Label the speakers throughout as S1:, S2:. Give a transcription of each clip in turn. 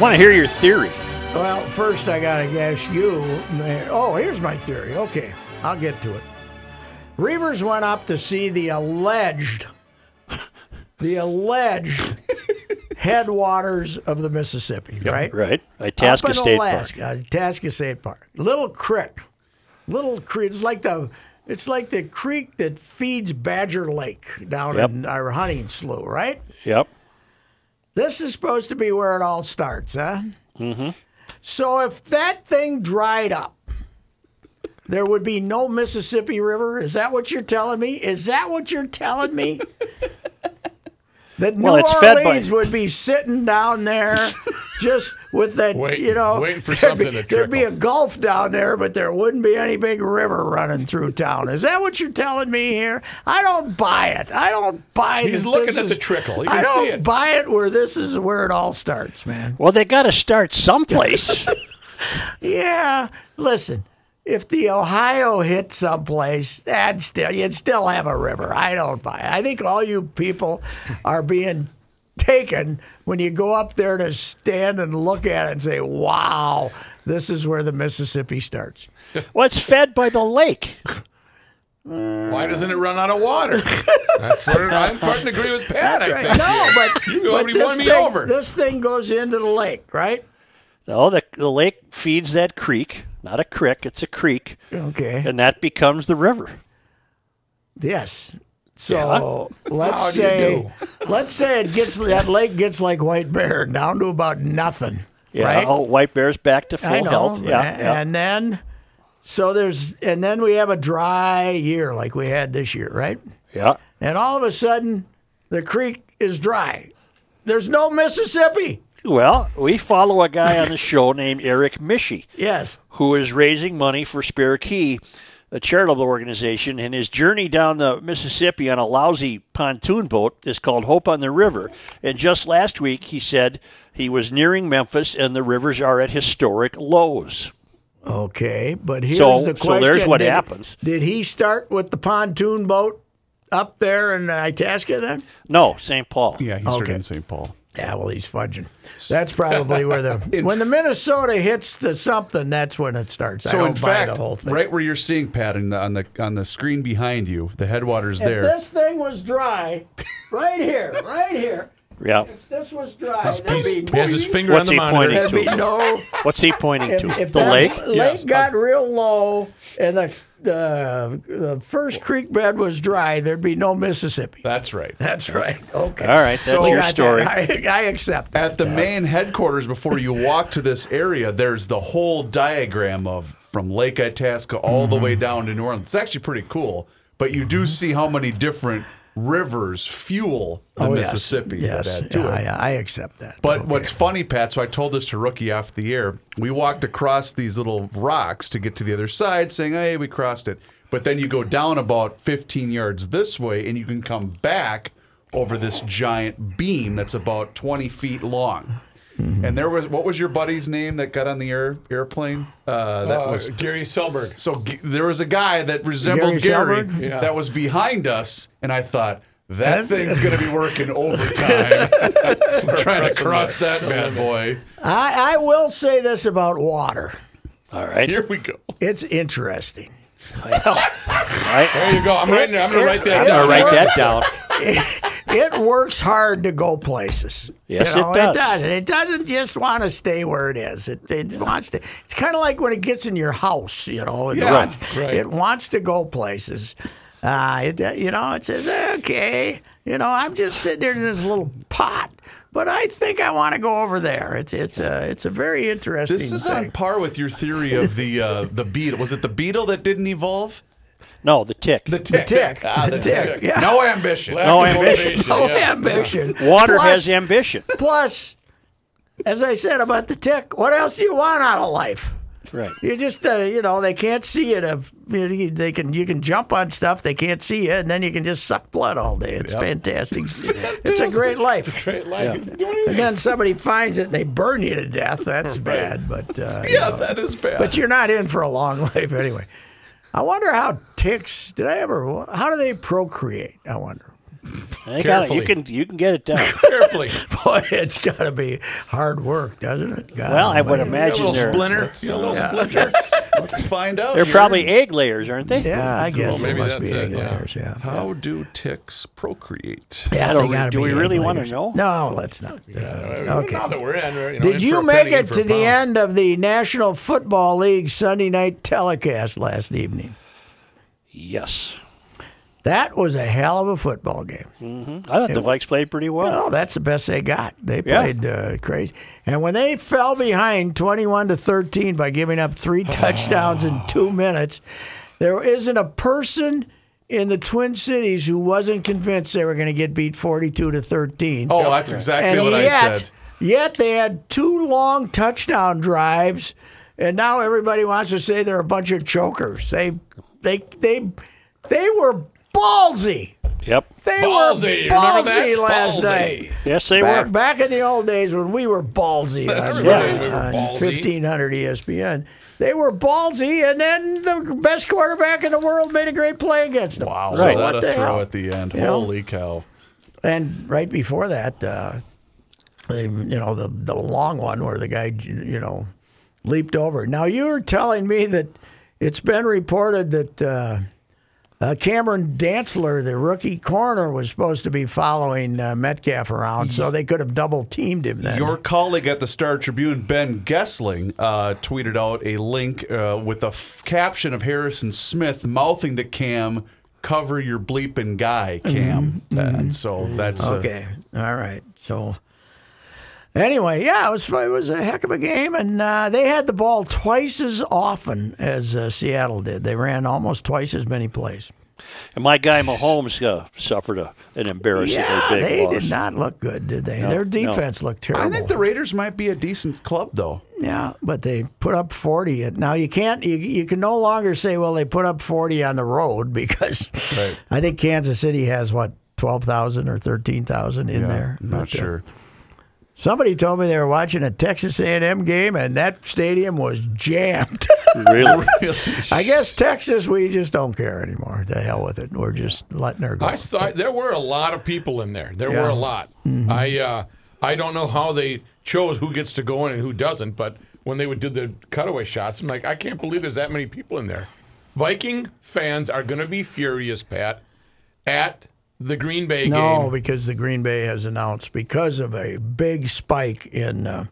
S1: want to hear your theory.
S2: Well, first I gotta guess you. may- Oh, here's my theory. Okay, I'll get to it. Reavers went up to see the alleged, the alleged headwaters of the Mississippi, right?
S1: Right. Itasca
S2: up in
S1: State Park.
S2: Alaska, Itasca State Park, little creek, little creek. It's like the it's like the creek that feeds Badger Lake down
S1: Yep.
S2: in our hunting slough, right?
S1: Yep.
S2: This is supposed to be where it all starts, huh? Mm-hmm. So if that thing dried up, there would be no Mississippi River. Is that what you're telling me? Is that what you're telling me? That
S1: Well,
S2: New
S1: it's fed by-
S2: Orleans would be sitting down there, just with that,
S3: Wait-
S2: you know,
S3: waiting for
S2: there'd be-
S3: something to
S2: there'd be a
S3: trickle.
S2: gulf down there, but there wouldn't be any big river running through town. Is that what you're telling me here? I don't buy it. I don't buy.
S3: He's
S2: that
S3: looking
S2: this
S3: at the
S2: is-
S3: trickle. You
S2: I
S3: can see
S2: don't
S3: it.
S2: buy it where this is where it all starts, man.
S1: Well, they got to start someplace.
S2: Yeah. Listen, if the Ohio hit someplace, I'd still you'd still have a river. I don't buy. it. I think all you people are being taken when you go up there to stand and look at it and say, "Wow, this is where the Mississippi starts."
S1: well, it's fed by the lake.
S3: Why doesn't it run out of water? That's where I'm starting to agree with Pat. I think.
S2: No, but,
S3: You
S2: but
S3: already
S2: this,
S3: won me
S2: thing,
S3: over.
S2: this thing goes into the lake, right?
S1: Oh, the, the lake feeds that creek. Not a crick, it's a creek.
S2: Okay.
S1: And that becomes the river.
S2: Yes. So let's
S3: How do you
S2: say let's say it gets that lake gets like White Bear down to about nothing.
S1: Yeah.
S2: Right?
S1: Oh, white bear's back to full
S2: I know.
S1: health. Yeah.
S2: a-
S1: yeah.
S2: And then so there's and then we have a dry year like we had this year, right?
S1: yeah.
S2: And all of a sudden the creek is dry. There's no Mississippi.
S1: Well, we follow a guy on the show named Eric Mishi.
S2: Yes.
S1: who is raising money for Spare Key, a charitable organization, and his journey down the Mississippi on a lousy pontoon boat is called Hope on the River. And just last week, he said he was nearing Memphis and the rivers are at historic lows.
S2: Okay, but here's
S1: So-
S2: the
S1: so
S2: question.
S1: there's what
S2: Did-
S1: happens.
S2: Did he start with the pontoon boat up there in Itasca then?
S1: No, St. Paul.
S4: Yeah, he started
S2: Okay.
S4: in St. Paul.
S2: Yeah, well, he's fudging. That's probably where the when the Minnesota hits the something, that's when it starts. I
S4: So
S2: don't
S4: in
S2: buy
S4: fact,
S2: the whole thing.
S4: right where you're seeing Pat in the, on the on the screen behind you, the headwaters
S2: if
S4: there.
S2: this thing was dry, right here, right here.
S1: Yeah.
S2: If this was dry, there'd
S3: He's-
S2: be
S3: he has his
S2: no.
S3: finger
S1: What's
S3: on
S1: he
S3: the monitor.
S2: There'd be
S1: to.
S2: no.
S1: What's he pointing
S2: If,
S1: to?
S2: if
S1: the
S2: that
S1: lake?
S2: lake
S3: Yes.
S2: got real low and the the the first creek bed was dry, there'd be no Mississippi.
S4: That's right.
S2: That's right. Okay.
S1: All right, that's
S2: We
S1: your
S2: got that.
S1: story.
S2: I, I accept that.
S4: At the main headquarters, before you walk to this area, there's the whole diagram of from Lake Itasca all the way down to New Orleans. It's actually pretty cool, but you do see how many different rivers fuel the
S2: Oh, yes.
S4: Mississippi. to
S2: Yes.
S4: that, too.
S2: Yeah, I, I accept that.
S4: But
S2: Okay.
S4: what's funny, Pat, so I told this to Rookie off the air. We walked across these little rocks to get to the other side, saying, hey, we crossed it. But then you go down about 15 yards this way, and you can come back over this giant beam that's about 20 feet long. And there was, what was your buddy's name that got on the air, airplane? Uh, that
S3: Uh,
S4: was
S3: Gary Selberg.
S4: so g- there was a guy that
S2: Gary
S4: resembled Gary,
S2: Shelburne?
S3: Yeah.
S4: that was behind us, and I thought that thing's going to be working overtime trying to cross that bad boy.
S2: I, I will say this about water.
S1: All right.
S4: Here we go.
S2: It's interesting.
S3: There you go. I'm writing. I'm going to write that
S1: I'm going
S3: down.
S1: to write that down.
S2: It works hard to go places.
S1: Yes, it does.
S2: It doesn't. It doesn't just want to stay where it is. It, it wants to. It's kind of like when it gets in your house. You know, it
S4: Yeah.
S2: wants.
S3: Right.
S2: It wants to go places. Uh, it, you know, it says okay. You know, I'm just sitting here in this little pot, but I think I want to go over there. It's it's a it's a very interesting.
S4: This is
S2: thing.
S4: on par with your theory of the uh, the beetle. Was it the beetle that didn't evolve?
S1: No, the tick.
S4: The tick.
S2: tick.
S4: Ah, the,
S2: The
S4: tick.
S2: tick, yeah.
S4: No ambition.
S3: Lack
S1: No
S3: of
S1: ambition.
S3: motivation,
S2: no
S3: yeah.
S2: ambition.
S1: Water
S2: Plus-
S1: has ambition.
S2: Plus, as I said about the tick, what else do you want out of life?
S1: Right.
S2: You just, uh, you know, they can't see you. To, you know, you- they can, you can jump on stuff. They can't see you, and then you can just suck blood all day. It's fantastic. It's a great life.
S3: Great life. Do
S2: And
S3: anything.
S2: then somebody finds it and they burn you to death. That's bad, but uh, you
S4: Yeah,
S2: know,
S4: that is bad.
S2: but you're not in for a long life anyway. I wonder how ticks. Did I ever? How do they procreate? I wonder.
S1: They got it. You
S3: Carefully.
S1: can you can get it done.
S3: Carefully.
S2: Boy, it's got to be hard work, doesn't it? God
S1: Well, I would
S2: almighty.
S3: You
S1: imagine
S3: got a little
S1: they're
S3: splinter. You got a little splinter.
S4: Let's find out.
S1: they're
S4: here.
S1: probably egg layers, aren't they?
S2: Yeah, I guess
S3: Well,
S2: it
S3: maybe
S2: must be
S3: that's
S2: egg
S3: it, yeah.
S2: layers. Yeah.
S4: How do ticks procreate?
S2: Yeah,
S1: I
S2: they
S1: don't re-
S2: gotta
S1: do we
S2: be
S1: really
S2: egg
S1: wanna
S2: layers.
S1: know?
S2: No, let's not. Okay.
S3: Now that we're in, we're, you know, in
S2: Did
S3: for
S2: you
S3: a
S2: make
S3: penny, in
S2: it
S3: for
S2: to
S3: a
S2: the
S3: pound.
S2: end of the National Football League Sunday night telecast last evening?
S1: Yes.
S2: That was a hell of a football game.
S3: Hmm.
S1: I thought the Vikes played pretty well.
S2: Oh, that's the best they got. They
S1: Yeah.
S2: played uh, crazy. And when they fell behind 21 to 13 by giving up three
S3: Oh.
S2: touchdowns in two minutes, there isn't a person in the Twin Cities who wasn't convinced they were going to get beat 42 to 13.
S4: Oh, that's exactly
S2: and
S4: what
S2: yet,
S4: I said.
S2: yet they had two long touchdown drives, and now everybody wants to say they're a bunch of chokers. They, they, they, they were ballsy.
S1: Yep.
S2: They
S3: Ballsy,
S2: were ballsy
S3: remember that?
S2: last
S3: Ballsy.
S2: night.
S1: Yes, they
S2: Back,
S1: were.
S2: back in the old days when we were ballsy
S4: That's
S2: on, E
S4: right,
S3: we were
S2: on
S3: ballsy.
S2: 1500 ESPN, they were ballsy, and then the best quarterback in the world made a great play against them. Wow,
S4: Was
S1: Right.
S4: that
S2: what
S4: a
S2: the
S4: throw
S2: hell?
S4: at the end?
S2: Yeah.
S4: Holy cow!
S2: And right before that, uh, they, you know, the the long one where the guy, you know, leaped over. Now you were telling me that it's been reported that uh, uh, Cameron Dantzler, the rookie corner, was supposed to be following uh, Metcalf around, so they could have double teamed him then.
S4: Your colleague at the Star Tribune, Ben Gessling, uh, tweeted out a link uh, with a f- caption of Harrison Smith mouthing to Cam, "Cover your bleeping guy, Cam." And so that's uh,
S2: Mm-hmm. Okay. All right. So anyway, yeah, it was it was a heck of a game, and uh, they had the ball twice as often as uh, Seattle did. They ran almost twice as many plays.
S1: And my guy Mahomes uh, suffered a, an embarrassingly
S2: Yeah,
S1: big
S2: they
S1: loss.
S2: did not look good, did they? Their defense looked terrible.
S4: I think the Raiders might be a decent club, though.
S2: yeah, but they put up forty. And Now you can't. You, you can no longer say, well, they put up forty on the road because I think Kansas City has what twelve thousand or thirteen thousand in there.
S4: I'm not
S2: But, uh,
S4: sure.
S2: Somebody told me they were watching a Texas A&M game, and that stadium was jammed.
S1: Really?
S2: I guess Texas, we just don't care anymore. The hell with it. We're just letting her go.
S3: I thought there were a lot of people in there. There
S2: Yeah. Mm-hmm.
S3: were a lot. I uh, I don't know how they chose who gets to go in and who doesn't, but when they would do the cutaway shots, I'm like, I can't believe there's that many people in there. Viking fans are going to be furious, Pat, at the Green Bay
S2: no,
S3: game.
S2: because the Green Bay has announced because of a big spike in uh,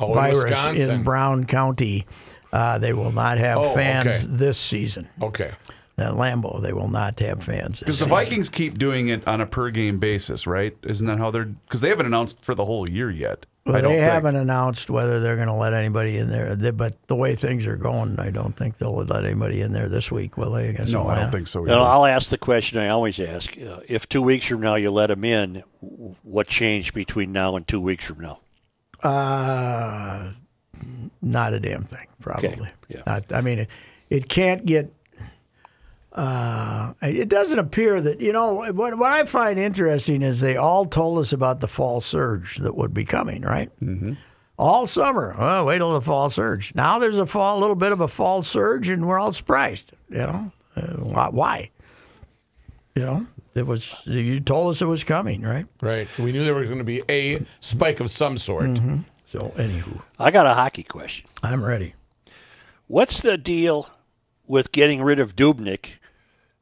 S3: Oh, in
S2: virus in,
S3: Wisconsin.
S2: Brown County, uh, they will not have
S3: Oh,
S2: fans
S3: okay.
S2: this season.
S3: Okay.
S2: At Lambeau, they will not have fans. This
S4: Because the
S2: season.
S4: Vikings keep doing it on a per game basis, right? Isn't that how they're? Because they haven't announced for the whole year yet.
S2: Well,
S4: I don't
S2: they
S4: think.
S2: haven't announced whether they're going to let anybody in there. They- But the way things are going, I don't think they'll let anybody in there this week, will they? Against
S4: No, I
S2: Atlanta?
S4: don't think so.
S1: Now,
S4: either.
S1: I'll ask the question I always ask: uh, If two weeks from now you let them in, w- what changed between now and two weeks from now?
S2: Uh, not a damn thing, probably.
S1: yeah.
S2: Not- I mean, it, it can't get. Uh, it doesn't appear that you know what. What I find interesting is they all told us about the fall surge that would be coming, right? Mm-hmm. All summer. Oh, wait till the fall surge. Now there's a fall, a little bit of a fall surge, and we're all surprised. You know, uh, why- why? You know, it was. You told us it was coming, right?
S3: Right. We knew there was going to be a spike of some sort.
S2: So, anywho,
S1: I got a hockey question.
S2: I'm ready.
S1: What's the deal with getting rid of Dubnik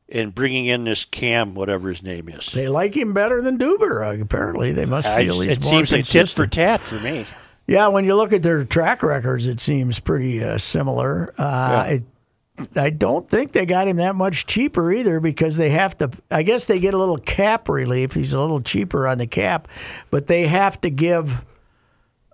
S1: and bringing in this Cam, whatever his name is?
S2: They like him better than Duber. uh, Apparently, they must
S1: I-
S2: feel he's
S1: it
S2: more
S1: seems like tit for
S2: consistent.
S1: tat for me.
S2: yeah, when you look at their track records, it seems pretty uh, similar. Uh, it, I don't think they got him that much cheaper either because they have to. I guess they get a little cap relief. He's a little cheaper on the cap, but they have to give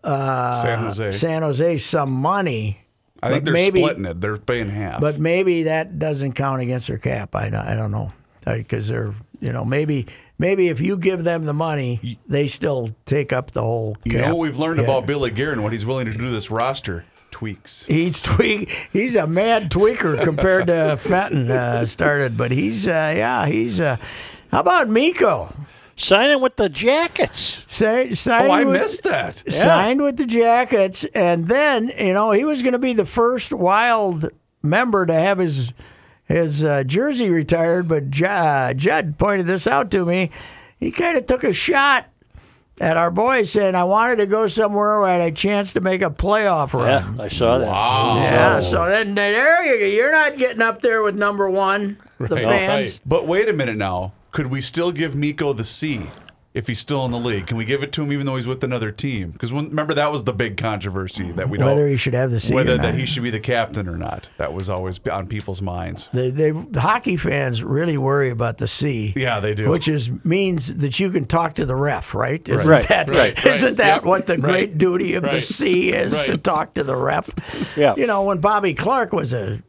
S4: San Jose.
S2: uh, San Jose some money.
S4: I think
S2: but
S4: they're
S2: maybe-
S4: splitting it. They're paying half.
S2: But maybe that doesn't count against their cap. I, don't- I don't know because they're you know maybe maybe if you give them the money, they still take up the whole. Cap.
S4: You know what we've learned
S2: Yeah.
S4: about Billy Garen, what he's willing to do to this roster? Tweaks.
S2: He's tweak. He's a mad tweaker compared to Fenton uh, started, but he's uh, yeah he's. Uh, how about Miko?
S1: Signing with the Jackets.
S2: Say, sign
S4: Oh, I
S2: with-
S4: missed that.
S2: Signed with the Jackets, and then you know he was going to be the first Wild member to have his his uh, jersey retired. But J- uh, Judd pointed this out to me. he kind of took a shot at our boy, saying, "I wanted to go somewhere where I had a chance to make a playoff run."
S1: Yeah, I saw that.
S2: Yeah, so then there you go. You're not getting up there with number one, the
S3: Right.
S2: fans.
S4: But wait a minute now. Could we still give Miko the C if he's still in the league? Can we give it to him even though he's with another team? Because remember that was the big controversy that we don't
S2: Whether he should have the C or
S4: whether that
S2: not.
S4: he should be the captain or not. That was always on people's minds.
S2: They, they the hockey fans really worry about the C.
S4: Yeah, they do.
S2: Which is means that you can talk to the ref, right? Isn't
S1: Right.
S2: that
S3: Right, right.
S2: not that
S3: Yep.
S2: what the
S3: Right.
S2: great duty of the
S3: Right.
S2: C is to
S3: Right.
S2: talk to the ref?
S1: Yeah.
S2: You know, when Bobby Clark was a,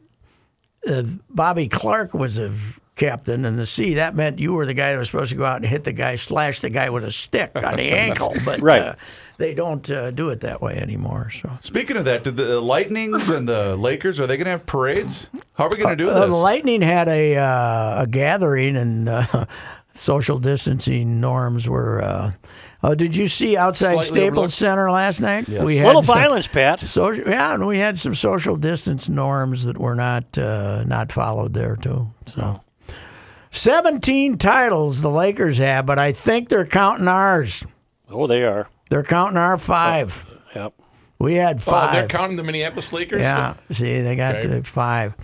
S2: uh, Bobby Clark was a captain in the C, that meant you were the guy that was supposed to go out and hit the guy, slash the guy with a stick on the ankle. But
S1: Right.
S2: uh, they don't uh, do it that way anymore. So.
S4: Speaking of that, did the Lightnings and the Lakers are they going to have parades? How are we going to do
S2: Uh,
S4: this?
S2: the Lightning had a, uh, a gathering and uh, social distancing norms were. Uh, oh, did you see outside
S3: Slightly
S2: Staples
S3: overlooked.
S2: Center last night? We had
S1: Little
S2: some-
S1: violence, Pat.
S2: Social, yeah, and we had some social distance norms that were not uh, not followed there too. So, seventeen titles the Lakers have, but I think they're counting ours.
S1: Oh, they are.
S2: They're counting our five.
S1: Yep.
S2: We had
S3: Oh,
S2: five.
S3: they're counting the Minneapolis Lakers.
S2: Yeah. See, they got
S3: Okay.
S2: to five.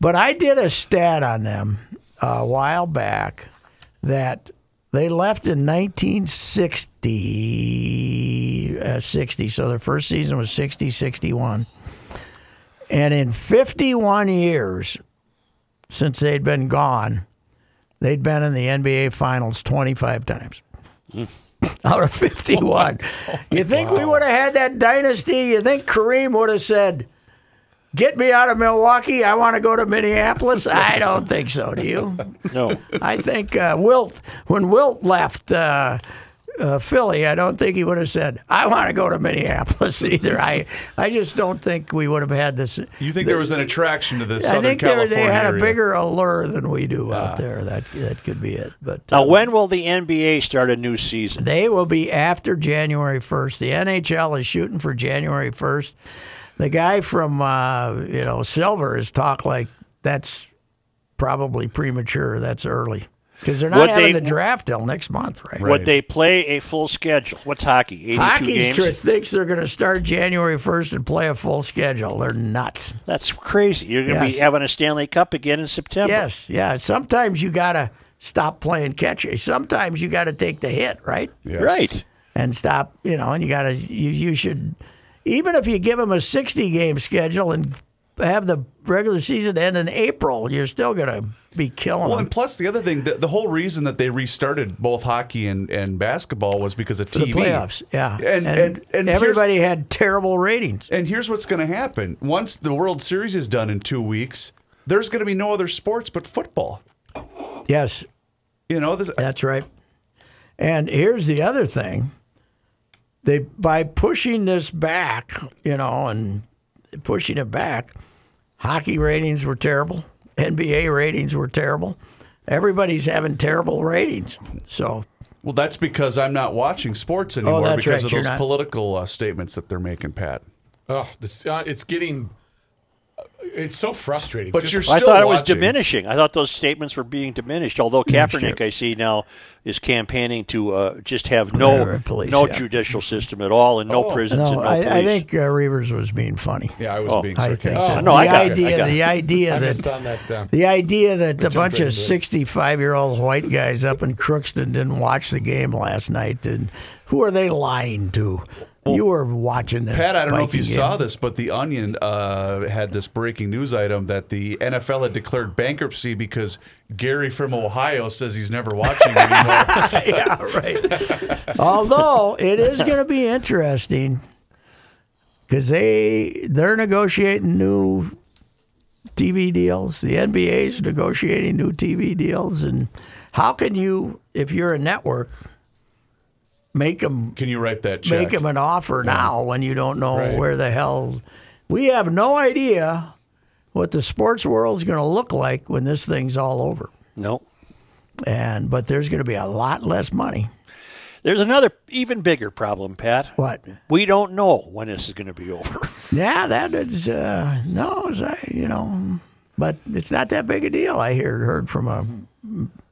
S2: But I did a stat on them uh, a while back that they left in 1960, uh, 60. So their first season was 60, 61. And in 51 years since they'd been gone, they'd been in the NBA Finals 25 times.
S3: Hmm.
S2: Out of 51.
S3: Oh
S2: you think we would have had that dynasty? You think Kareem would have said, Get me out of Milwaukee. I want to go to Minneapolis. I don't think so. Do you?
S1: No.
S2: I think uh, Wilt, when Wilt left uh, uh, Philly, I don't think he would have said, I want to go to Minneapolis either. I, I just don't think we would have had this.
S4: you think there was an attraction to this?
S2: I
S4: Southern
S2: think they, were-
S4: California
S2: they had a
S4: area?
S2: bigger allure than we do out there. That that could be it. But uh,
S1: Now, when will the NBA start a new season?
S2: they will be after January 1st. The NHL is shooting for January 1st. The guy from, uh, you know, Silver is talk like that's probably premature. That's early. Because they're not
S1: What
S2: having
S1: they-
S2: the draft till next month, right?
S1: Would they play a full schedule? What's hockey? 82
S2: Hockey
S1: games?
S2: tr- thinks they're going to start January 1st and play a full schedule. They're nuts.
S1: That's crazy. You're going to
S2: Yes.
S1: be having a Stanley Cup again in September.
S2: Yes, yeah. Sometimes you got to stop playing catch. Sometimes you got to take the hit, right?
S1: Right.
S2: and stop. You know, and you got to you you should even if you give them a sixty game schedule and have the regular season end in April, you're still gonna be killing
S4: Well,
S2: them.
S4: and plus the other thing, the, the whole reason that they restarted both hockey and, and basketball was because of
S2: The
S4: TV.
S2: playoffs, yeah,
S4: And- and- and
S2: everybody had terrible ratings.
S4: And here's what's going to happen: once the World Series is done in two weeks, there's going to be no other sports but football.
S2: Yes,
S4: You know, this,
S2: That's right. And here's the other thing. They by pushing this back, you know, and pushing it back, hockey ratings were terrible. NBA ratings were terrible. Everybody's having terrible ratings. So
S4: well, that's because I'm not watching sports anymore
S2: Oh, that's
S4: because
S2: right,
S4: of
S2: you're
S4: those
S2: not.
S4: political uh, statements that they're making, Pat.
S3: Oh, this, uh, it's getting. uh, It's so frustrating.
S4: But
S3: Just-
S4: you're
S1: I
S4: Still
S1: thought it was
S4: watching.
S1: diminishing. I thought those statements were being diminished. Although Kaepernick, I see now, is campaigning to uh, just have no
S2: Or police,
S1: no
S2: yeah.
S1: judicial system at all, and no
S4: Oh.
S1: prisons
S2: no,
S1: and no police.
S2: I, I think uh, Reavers was being funny.
S3: yeah, I was being.
S2: I
S3: sarcastic.
S2: think
S3: Oh,
S2: so.
S1: no,
S2: the
S1: I got it.
S2: idea,
S1: I got it.
S2: the idea
S3: I
S2: that
S3: missed on that. Uh,
S2: The idea that a
S3: I'm
S2: bunch
S3: pretty
S2: of
S3: good.
S2: 65 year old white guys up in Crookston didn't watch the game last night, and who are they lying to? you were watching that.
S4: Pat, I don't know if you
S2: Viking game.
S4: saw this, but the Onion uh, had this breaking news item that the NFL had declared bankruptcy because Gary from Ohio says he's never watching anymore.
S2: yeah, right. Although it is going to be interesting because they they're negotiating new TV deals. The NBA's negotiating new TV deals, and how can you, if you're a network, make them
S4: Can you write that check?
S2: make him an offer now when you don't know
S3: Right.
S2: where the hell. We have no idea what the sports world's going to look like when this thing's all over.
S1: no.
S2: And but there's going to be a lot less money.
S1: There's another even bigger problem, Pat.
S2: What?
S1: We don't know when this is going to be over.
S2: Yeah, that is uh, no, it's, uh, you know, but it's not that big a deal. I hear heard from a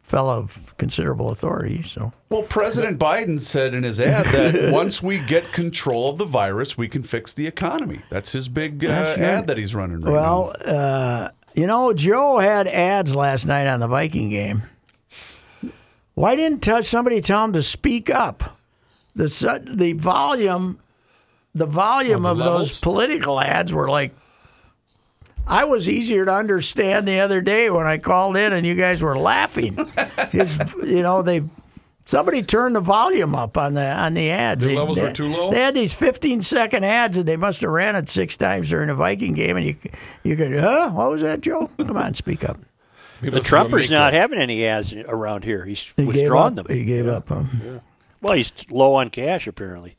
S2: fellow of considerable authority. So
S4: Well, President Biden said in his ad that once we get control of the virus, we can fix the economy. That's his big uh,
S2: That's right.
S4: ad that he's running right
S2: well, uh, you know, Joe had ads last night on the Viking game. Why didn't t- somebody tell him to speak up? The su- the volume, the volume
S3: Oh,
S2: of
S3: the
S2: those
S3: levels?
S2: political ads were like. I was easier to understand the other day when I called in and you guys were laughing. His, you know, they somebody turned the volume up on the on the ads. The
S3: levels were too low?
S2: They had these 15 second ads and they must have ran it six times during the Viking game and you you could, huh? What was that, Joe? Come on, speak up.
S1: The Trumper's not having any ads around here. He's
S2: He gave
S1: withdrawn
S2: up.
S1: them.
S2: He gave up. huh?
S1: Well, he's low on cash apparently.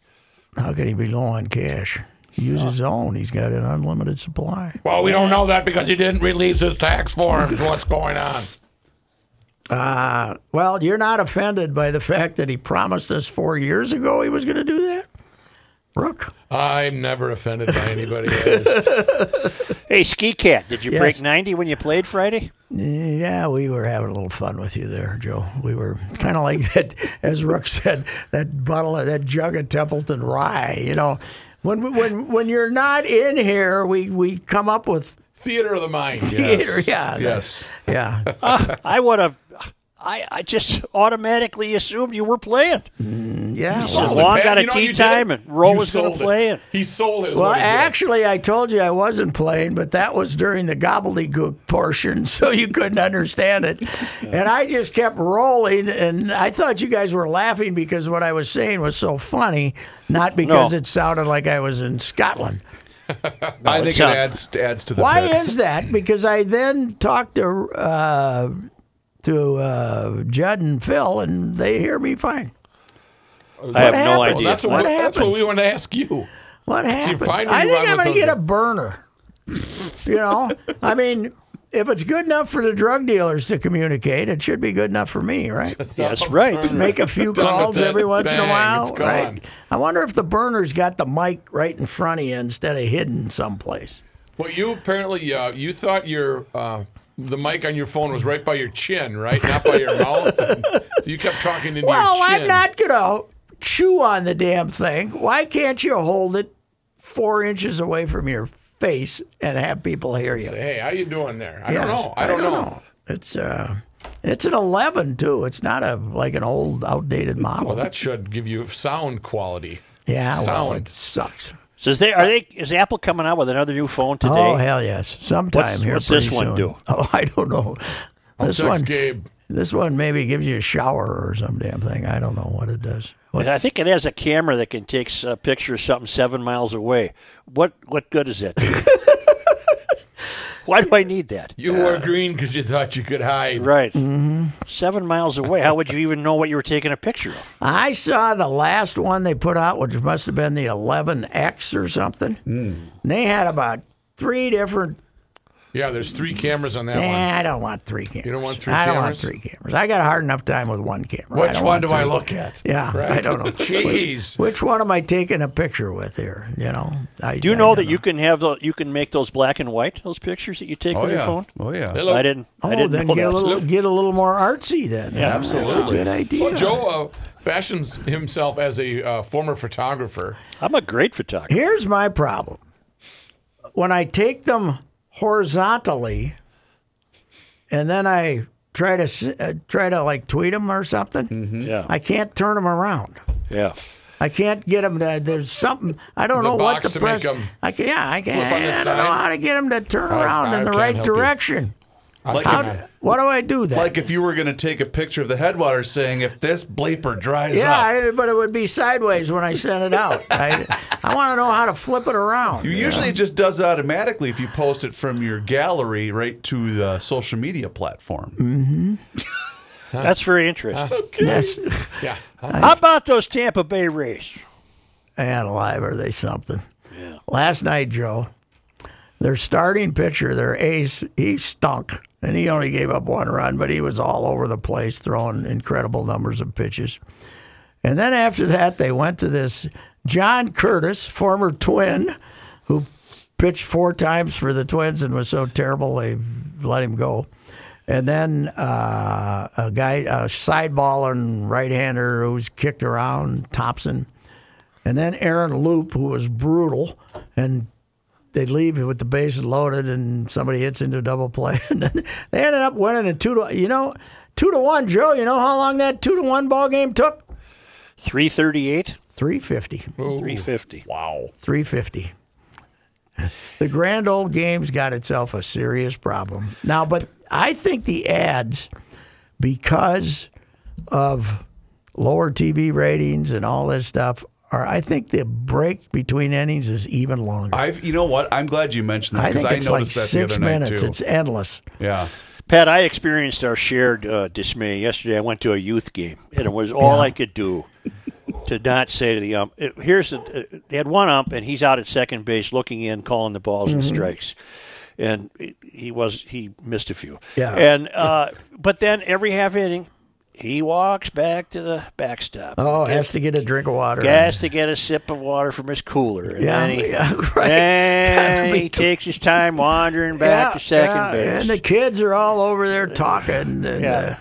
S2: How could he be low on cash? Use his own. He's got an unlimited supply.
S3: Well, we don't know that because he didn't release his tax forms. What's going on?
S2: Well, you're not offended by the fact that he promised us four years ago he was going to do that, Brooke?
S3: I'm never offended by anybody else.
S1: Hey, Ski Cat, did you
S2: Yes.
S1: break 90 when you played Friday?
S2: Yeah, we were having a little fun with you there, Joe. We were kind of like that, as Rook said, that bottle of that jug of Templeton rye. You know, when when when you're not in here, we we come up with
S3: Theater of the mind.
S4: now.
S2: theater. Yeah, that-
S4: Yes.
S2: yeah.
S1: I would have. I, I just automatically assumed you were playing.
S2: yeah.
S1: So
S3: Sold it,
S1: Long
S3: Pat.
S1: got a
S3: You know
S1: tee
S3: you did
S1: time
S3: it.
S1: and Roe
S3: You
S1: was gonna
S3: sold it.
S1: play it.
S3: He sold it. is
S2: Well,
S3: what he did.
S2: actually, I told you I wasn't playing, but that was during the gobbledygook portion, so you couldn't understand it. And I just kept rolling, and I thought you guys were laughing because what I was saying was so funny, not because
S1: No.
S2: it sounded like I was in Scotland.
S4: I think it
S1: sounds-
S4: adds adds to the
S2: Why
S4: bit.
S2: is that? Because I then talked to uh, to uh, Judd and Phil, and they hear me fine.
S1: I have no
S2: happened?
S3: Well,
S1: idea.
S3: that's what,
S2: What
S3: that's what
S2: happened?
S3: we want to ask you.
S2: What happened?
S3: find me
S2: I think
S3: wrong
S2: I'm going
S3: with
S2: to
S3: those-
S2: get a burner. you know, I mean, if it's good enough for the drug dealers to communicate, it should be good enough for me, right?
S1: That's right.
S2: Make a few
S3: Done with
S2: calls
S3: that.
S2: every once in a
S3: Bang,
S2: while,
S3: it's gone.
S2: right? I wonder if the burner's got the mic right in front of you instead of hidden someplace.
S3: Well, you apparently uh, you thought your uh, the mic on your phone was right by your chin, right? Not by your mouth. And you kept talking into
S2: Well,
S3: your chin.
S2: I'm not going to chew on the damn thing. Why can't you hold it four inches away from your face and have people hear you?
S3: Hey, how you doing there? I
S2: Yes,
S3: don't know. I don't, know.
S2: It's uh, it's an eleven too. It's not a like an old outdated model.
S3: Well, that should give you sound quality.
S2: yeah, well,
S3: sound.
S2: it sucks.
S1: So is they are they is Apple coming out with another new phone today?
S2: Oh hell yes, sometime
S1: What's-
S2: here.
S1: what's this
S2: pretty
S1: one
S2: soon.
S1: do?
S2: Oh, I don't know. This
S3: Sex
S2: one,
S3: Gabe.
S2: this one maybe gives you a shower or some damn thing. I don't know what it does. What,
S1: And I think it has a camera that can take s- a picture of something seven miles away. What what good is that? Why do I need that?
S3: You wore green because you thought you could hide.
S1: Right,
S2: Mm-hmm.
S1: seven miles away. How would you even know what you were taking a picture of?
S2: I saw the last one they put out, which must have been the 11X or something.
S3: Hmm.
S2: They had about three different
S3: Yeah, there's three cameras on that one.
S2: Eh, I don't want three cameras.
S3: don't want three
S2: I don't want
S3: cameras?
S2: three cameras. I got a hard enough time with one camera. I
S4: Which
S2: don't
S4: one
S2: want
S4: do
S2: three.
S4: I look at?
S2: Yeah, I don't know.
S3: Jeez.
S2: Which, which one am I taking a picture with here? You know, I
S1: Do you
S2: I
S1: know
S2: don't
S1: that you can have the, you can make those black and white those pictures that you take
S4: Oh
S1: with
S4: yeah.
S1: your phone?
S4: Oh yeah.
S3: Hello.
S1: I didn't.
S2: Oh,
S1: I didn't
S2: then
S1: know
S2: get a
S1: that.
S2: little get a little more artsy then. Yeah,
S3: absolutely.
S2: That's a good idea.
S3: Well, Joe uh, fashions himself as a uh, former photographer.
S1: I'm a great photographer.
S2: Here's my problem. When I take them horizontally, and then I try to s- uh, try to like tweet them or something,
S3: Mm-hmm.
S1: Yeah.
S2: I can't turn them around.
S1: yeah.
S2: I can't get them to. There's something I don't
S3: The
S2: know what
S3: box
S2: the
S3: to make
S2: press.
S3: 'em
S2: I can, yeah, I can.
S3: flip on
S2: I
S3: its
S2: don't know
S3: side.
S2: how to get them to turn
S3: I-
S2: around
S3: I
S2: in the
S3: can't
S2: right
S3: help you.
S2: direction.
S4: Like,
S2: How,
S4: if,
S2: what do I do then?
S4: like if you were going to take a picture of the headwater saying, if this bleeper dries
S2: yeah,
S4: up.
S2: I, but it would be sideways when I sent it out. I, I want to know how to flip it around.
S4: You usually it just does it automatically if you post it from your gallery right to the social media platform.
S2: Mm-hmm.
S1: That's very interesting.
S2: yes.
S3: Yeah.
S1: How about those Tampa Bay Rays?
S2: Man alive, are they something? Last night, Joe, their starting pitcher, their ace, he stunk. And he only gave up one run, but he was all over the place throwing incredible numbers of pitches. And then after that, they went to this John Curtis, former twin, who pitched four times for the Twins and was so terrible they let him go. And then uh, a guy, a sideball and right hander who's kicked around, Thompson. And then Aaron Loop, who was brutal. And they leave with the bases loaded and somebody hits into a double play. And then they ended up winning a two to, you know, two to one, Joe. You know how long that two to one ball game took?
S1: 338,
S2: 350.
S1: 350.
S3: Wow.
S2: 350. The grand old game's got itself a serious problem. Now, but I think the ads, because of lower TV ratings and all this stuff, are I think the break between innings is even longer. I,
S4: I've, you know what? I'm glad you mentioned that because
S2: think
S4: I,
S2: it's
S4: noticed
S2: like
S4: that
S2: six
S4: the other
S2: minutes.
S4: night
S2: It's
S4: too.
S2: endless.
S4: Yeah,
S1: Pat, I experienced our shared uh, dismay yesterday. I went to a youth game, and it was all I could do to not say to the ump. It, here's the, uh, they had one ump, and he's out at second base, looking in, calling the balls and
S2: Mm-hmm.
S1: strikes, and it- he was he missed a few.
S2: Yeah.
S1: and uh, but then every half inning, he walks back to the backstop.
S2: Oh, has to get a drink of water.
S1: Gas to get a sip of water from his cooler. And
S2: Yeah,
S1: then he,
S2: yeah, right.
S1: then he
S2: Me too.
S1: takes his time wandering back
S2: Yeah,
S1: to second
S2: yeah,
S1: base.
S2: And the kids are all over there talking. And, uh,
S1: Yeah.
S2: yeah.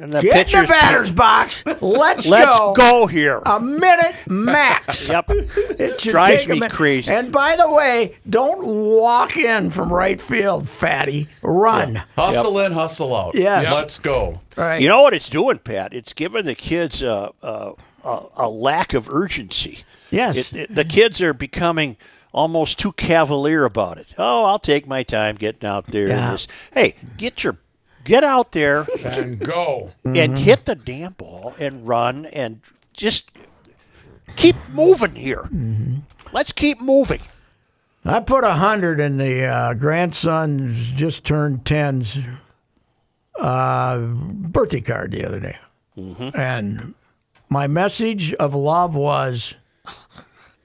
S1: And the
S2: get in the Uh,
S1: pitcher's-
S2: batter's box. Let's,
S1: Let's go here.
S2: A minute max.
S1: Yep.
S2: It should
S1: drives
S2: take a
S1: me
S2: minute.
S1: crazy.
S2: And by the way, don't walk in from right field, fatty. Run.
S4: hustle in, hustle out.
S2: Yes.
S4: Yeah, let's go.
S2: Right.
S1: You know what it's doing, Pat? It's giving the kids a, a, a, a lack of urgency.
S2: Yes.
S1: It- it- the kids are becoming almost too cavalier about it. Oh, I'll take my time getting out there. and
S2: Yeah.
S1: this- Hey, get your get out there
S3: And go.
S2: Mm-hmm.
S1: and hit the damn ball and run and just keep moving here.
S2: Mm-hmm.
S1: Let's keep moving.
S2: I put a hundred in the uh, grandson's just turned tens uh, birthday card the other day,
S1: Mm-hmm.
S2: and my message of love was,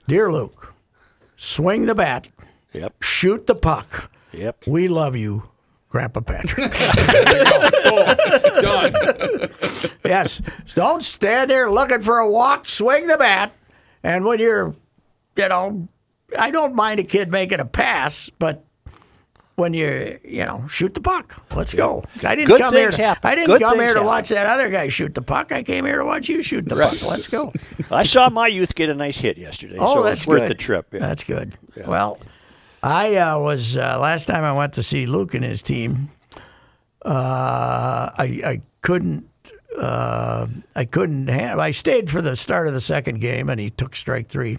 S2: "Dear Luke, swing the bat,
S1: Yep.
S2: shoot the puck.
S1: Yep.
S2: We love you, Grandpa Patrick."
S3: Done.
S2: Yes. Don't stand there looking for a walk. Swing the bat. And when you're, you know, I don't mind a kid making a pass, but when you, you know, shoot the puck. Let's go. I didn't
S1: Good
S2: come here.
S1: things
S2: To,
S1: happen.
S2: I didn't
S1: Good
S2: come
S1: things
S2: here to
S1: happen.
S2: watch that other guy shoot the puck. I came here to watch you shoot the puck. Let's go.
S1: I saw my youth get a nice hit yesterday.
S2: Oh,
S1: so
S2: that's
S1: it's worth
S2: good.
S1: the trip. yeah.
S2: That's good. Well, I uh, was uh, last time I went to see Luke and his team. Uh, I I couldn't uh, I couldn't have I stayed for the start of the second game and he took strike three,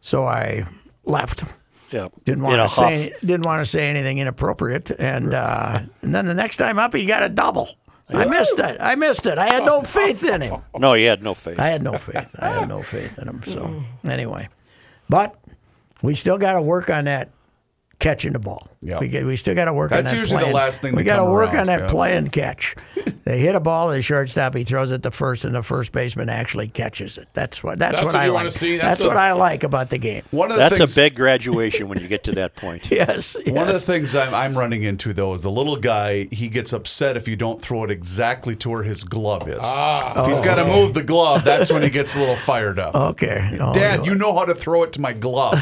S2: so I left.
S1: Yeah.
S2: Didn't
S1: In
S2: want
S1: a
S2: to
S1: huff.
S2: say didn't want to say anything inappropriate, and uh, and then the next time up he got a double. I missed it. I missed it. I had no faith in him.
S1: No, he had no faith.
S2: I had no faith. I had no faith in him. So anyway, but we still got to work on that catching the ball.
S4: Yeah.
S2: We, get- we still got to work on
S4: That's
S2: that.
S4: usually the
S2: play and-
S4: last thing
S2: we
S4: to
S2: got to
S4: come
S2: work
S4: around,
S2: on that
S4: yeah.
S2: play and catch. they hit a ball to the shortstop. He throws it to first, and the first baseman actually catches it. That's what. That's,
S3: That's
S2: what,
S3: what
S2: I
S3: you wanna
S2: like.
S3: see.
S2: That's,
S3: That's
S2: what
S3: a-
S2: I like about the game.
S4: One of the
S1: That's
S4: things,
S1: a big graduation when you get to that point.
S2: Yes.
S4: One of
S2: yes.
S4: the things I'm, I'm running into though is the little guy. He gets upset if you don't throw it exactly to where his glove is. Ah, if he's got to move the glove, that's when he gets a little fired up.
S2: okay. Oh,
S4: Dad, you know how to throw it to my glove.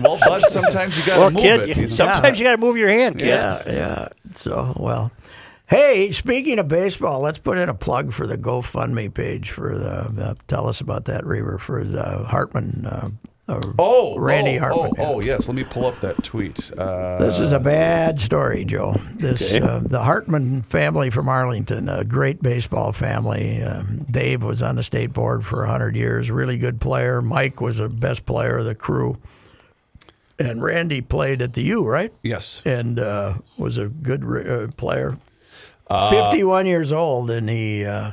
S4: well, bud, sometimes you got to
S1: Well,
S4: move
S1: kid,
S4: it.
S1: you-
S4: you know?
S1: sometimes you got to move your hand, kid.
S2: Yeah, yeah. So well. Hey, speaking of baseball, let's put in a plug for the GoFundMe page for the. Uh, tell us about that, Reaver, for the Hartman. Uh, uh,
S4: Oh,
S2: Randy
S4: oh,
S2: Hartman,
S4: Oh, oh, yes. Let me pull up that tweet. Uh,
S2: this is a bad story, Joe. This uh, the Hartman family from Arlington, a great baseball family. Um, Dave was on the state board for hundred years, really good player. Mike was the best player of the crew, and Randy played at the U, right?
S4: yes.
S2: and uh, was a good re- uh, player. 51 years old, and he uh,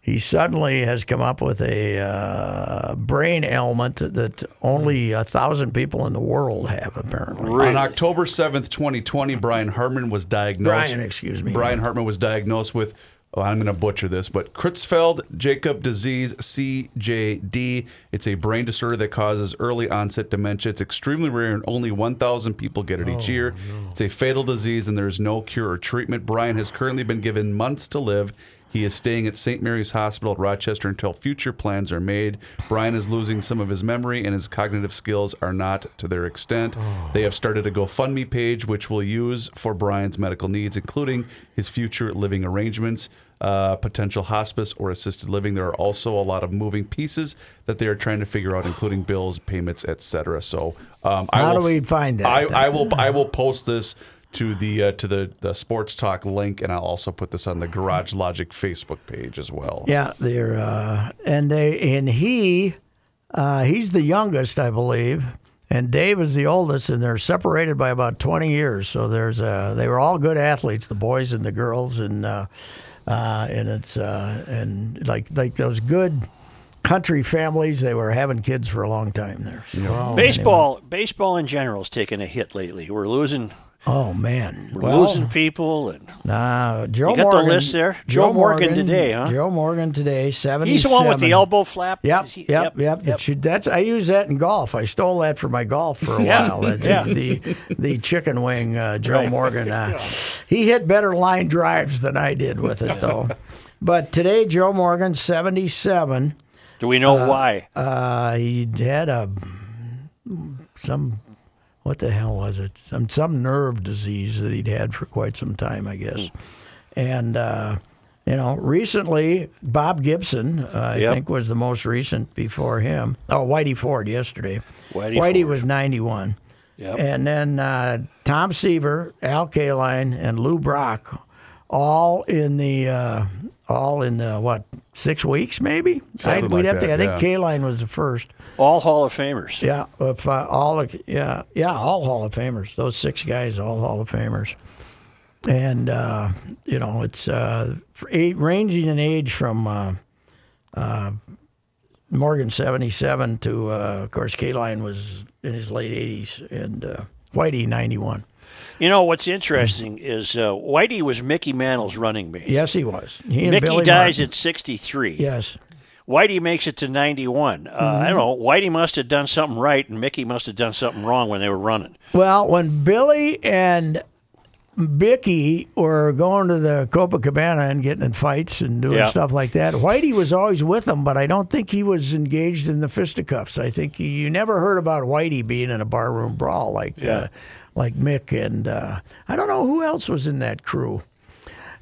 S2: he suddenly has come up with a uh, brain ailment that only a thousand people in the world have, apparently.
S4: On October 7th, 2020, Brian Hartman was diagnosed.
S2: Brian, excuse me.
S4: Brian Hartman was diagnosed with, oh, I'm going to butcher this, but Creutzfeldt Jacob disease, CJD. It's a brain disorder that causes early onset dementia. It's extremely rare, and only 1,000 people get it each
S2: Oh,
S4: year. It's a fatal disease, and there's no cure or treatment. Brian has currently been given months to live. He is staying at St. Mary's Hospital at Rochester until future plans are made. Brian is losing some of his memory and his cognitive skills are not to their extent.
S2: Oh.
S4: They have started a GoFundMe page, which will use for Brian's medical needs, including his future living arrangements, uh, potential hospice or assisted living. There are also a lot of moving pieces that they are trying to figure out, including bills, payments, etc. So, um, I
S2: How
S4: will
S2: do we find that,
S4: I,
S2: then?
S4: I will. I will post this to the uh, to the, the sports talk link, and I'll also put this on the Garage Logic Facebook page as well.
S2: Yeah, they're uh, and they and he, uh, he's the youngest, I believe, and Dave is the oldest, and they're separated by about twenty years. So there's uh, they were all good athletes, the boys and the girls, and uh, uh, and it's uh, and like like those good country families, they were having kids for a long time there.
S1: baseball, baseball in general is taking a hit lately. We're losing,
S2: Oh man,
S1: we're
S2: Well,
S1: losing people, and
S2: Uh, Joe
S1: You got the
S2: Morgan,
S1: list there? Joe Morgan today, huh?
S2: Joe Morgan today, seventy.
S1: he's the one with the elbow flap.
S2: Yep,
S1: Is he-
S2: yep, yep. That you- That's I use that in golf. I stole that for my golf for a
S1: Yeah,
S2: while. The,
S1: yeah.
S2: the the chicken wing uh, Joe
S1: Right.
S2: Morgan. Uh, He hit better line drives than I did with it though. but today Joe Morgan seventy seven.
S1: Do we know why?
S2: Uh, he had a some what the hell was it? Some some nerve disease that he'd had for quite some time, I
S1: Hmm.
S2: guess. And uh, you know, recently Bob Gibson, uh, I
S1: Yep.
S2: think, was the most recent before him. Oh, Whitey Ford yesterday.
S1: Whitey Ford.
S2: was ninety one.
S1: Yep.
S2: And then uh, Tom Seaver, Al Kaline, and Lou Brock, all in the uh, all in the what six weeks maybe?
S4: Something
S2: we'd
S4: like
S2: have to.
S4: that,
S2: I think
S4: yeah.
S2: Kaline was the first.
S1: All Hall of Famers.
S2: Yeah, if, uh, all yeah yeah all Hall of Famers. Those six guys, all Hall of Famers, and uh, you know it's uh, for eight, ranging in age from uh, uh, Morgan seventy seven to uh, of course Kaline was in his late eighties and uh, Whitey ninety one.
S1: You know what's interesting is uh, Whitey was Mickey Mantle's running mate.
S2: Yes, he was. He and
S1: Mickey
S2: Billy
S1: dies
S2: Martin.
S1: at 63.
S2: Yes.
S1: Whitey makes it to 91. Uh, I don't
S2: Mm-hmm.
S1: know. Whitey must have done something right, and Mickey must have done something wrong when they were running.
S2: Well, when Billy and Bicky were going to the Copacabana and getting in fights and doing
S1: Yeah.
S2: stuff like that, Whitey was always with them, but I don't think he was engaged in the fisticuffs. I think he, you never heard about Whitey being in a barroom brawl like uh, like Mick and uh, I don't know who else was in that crew.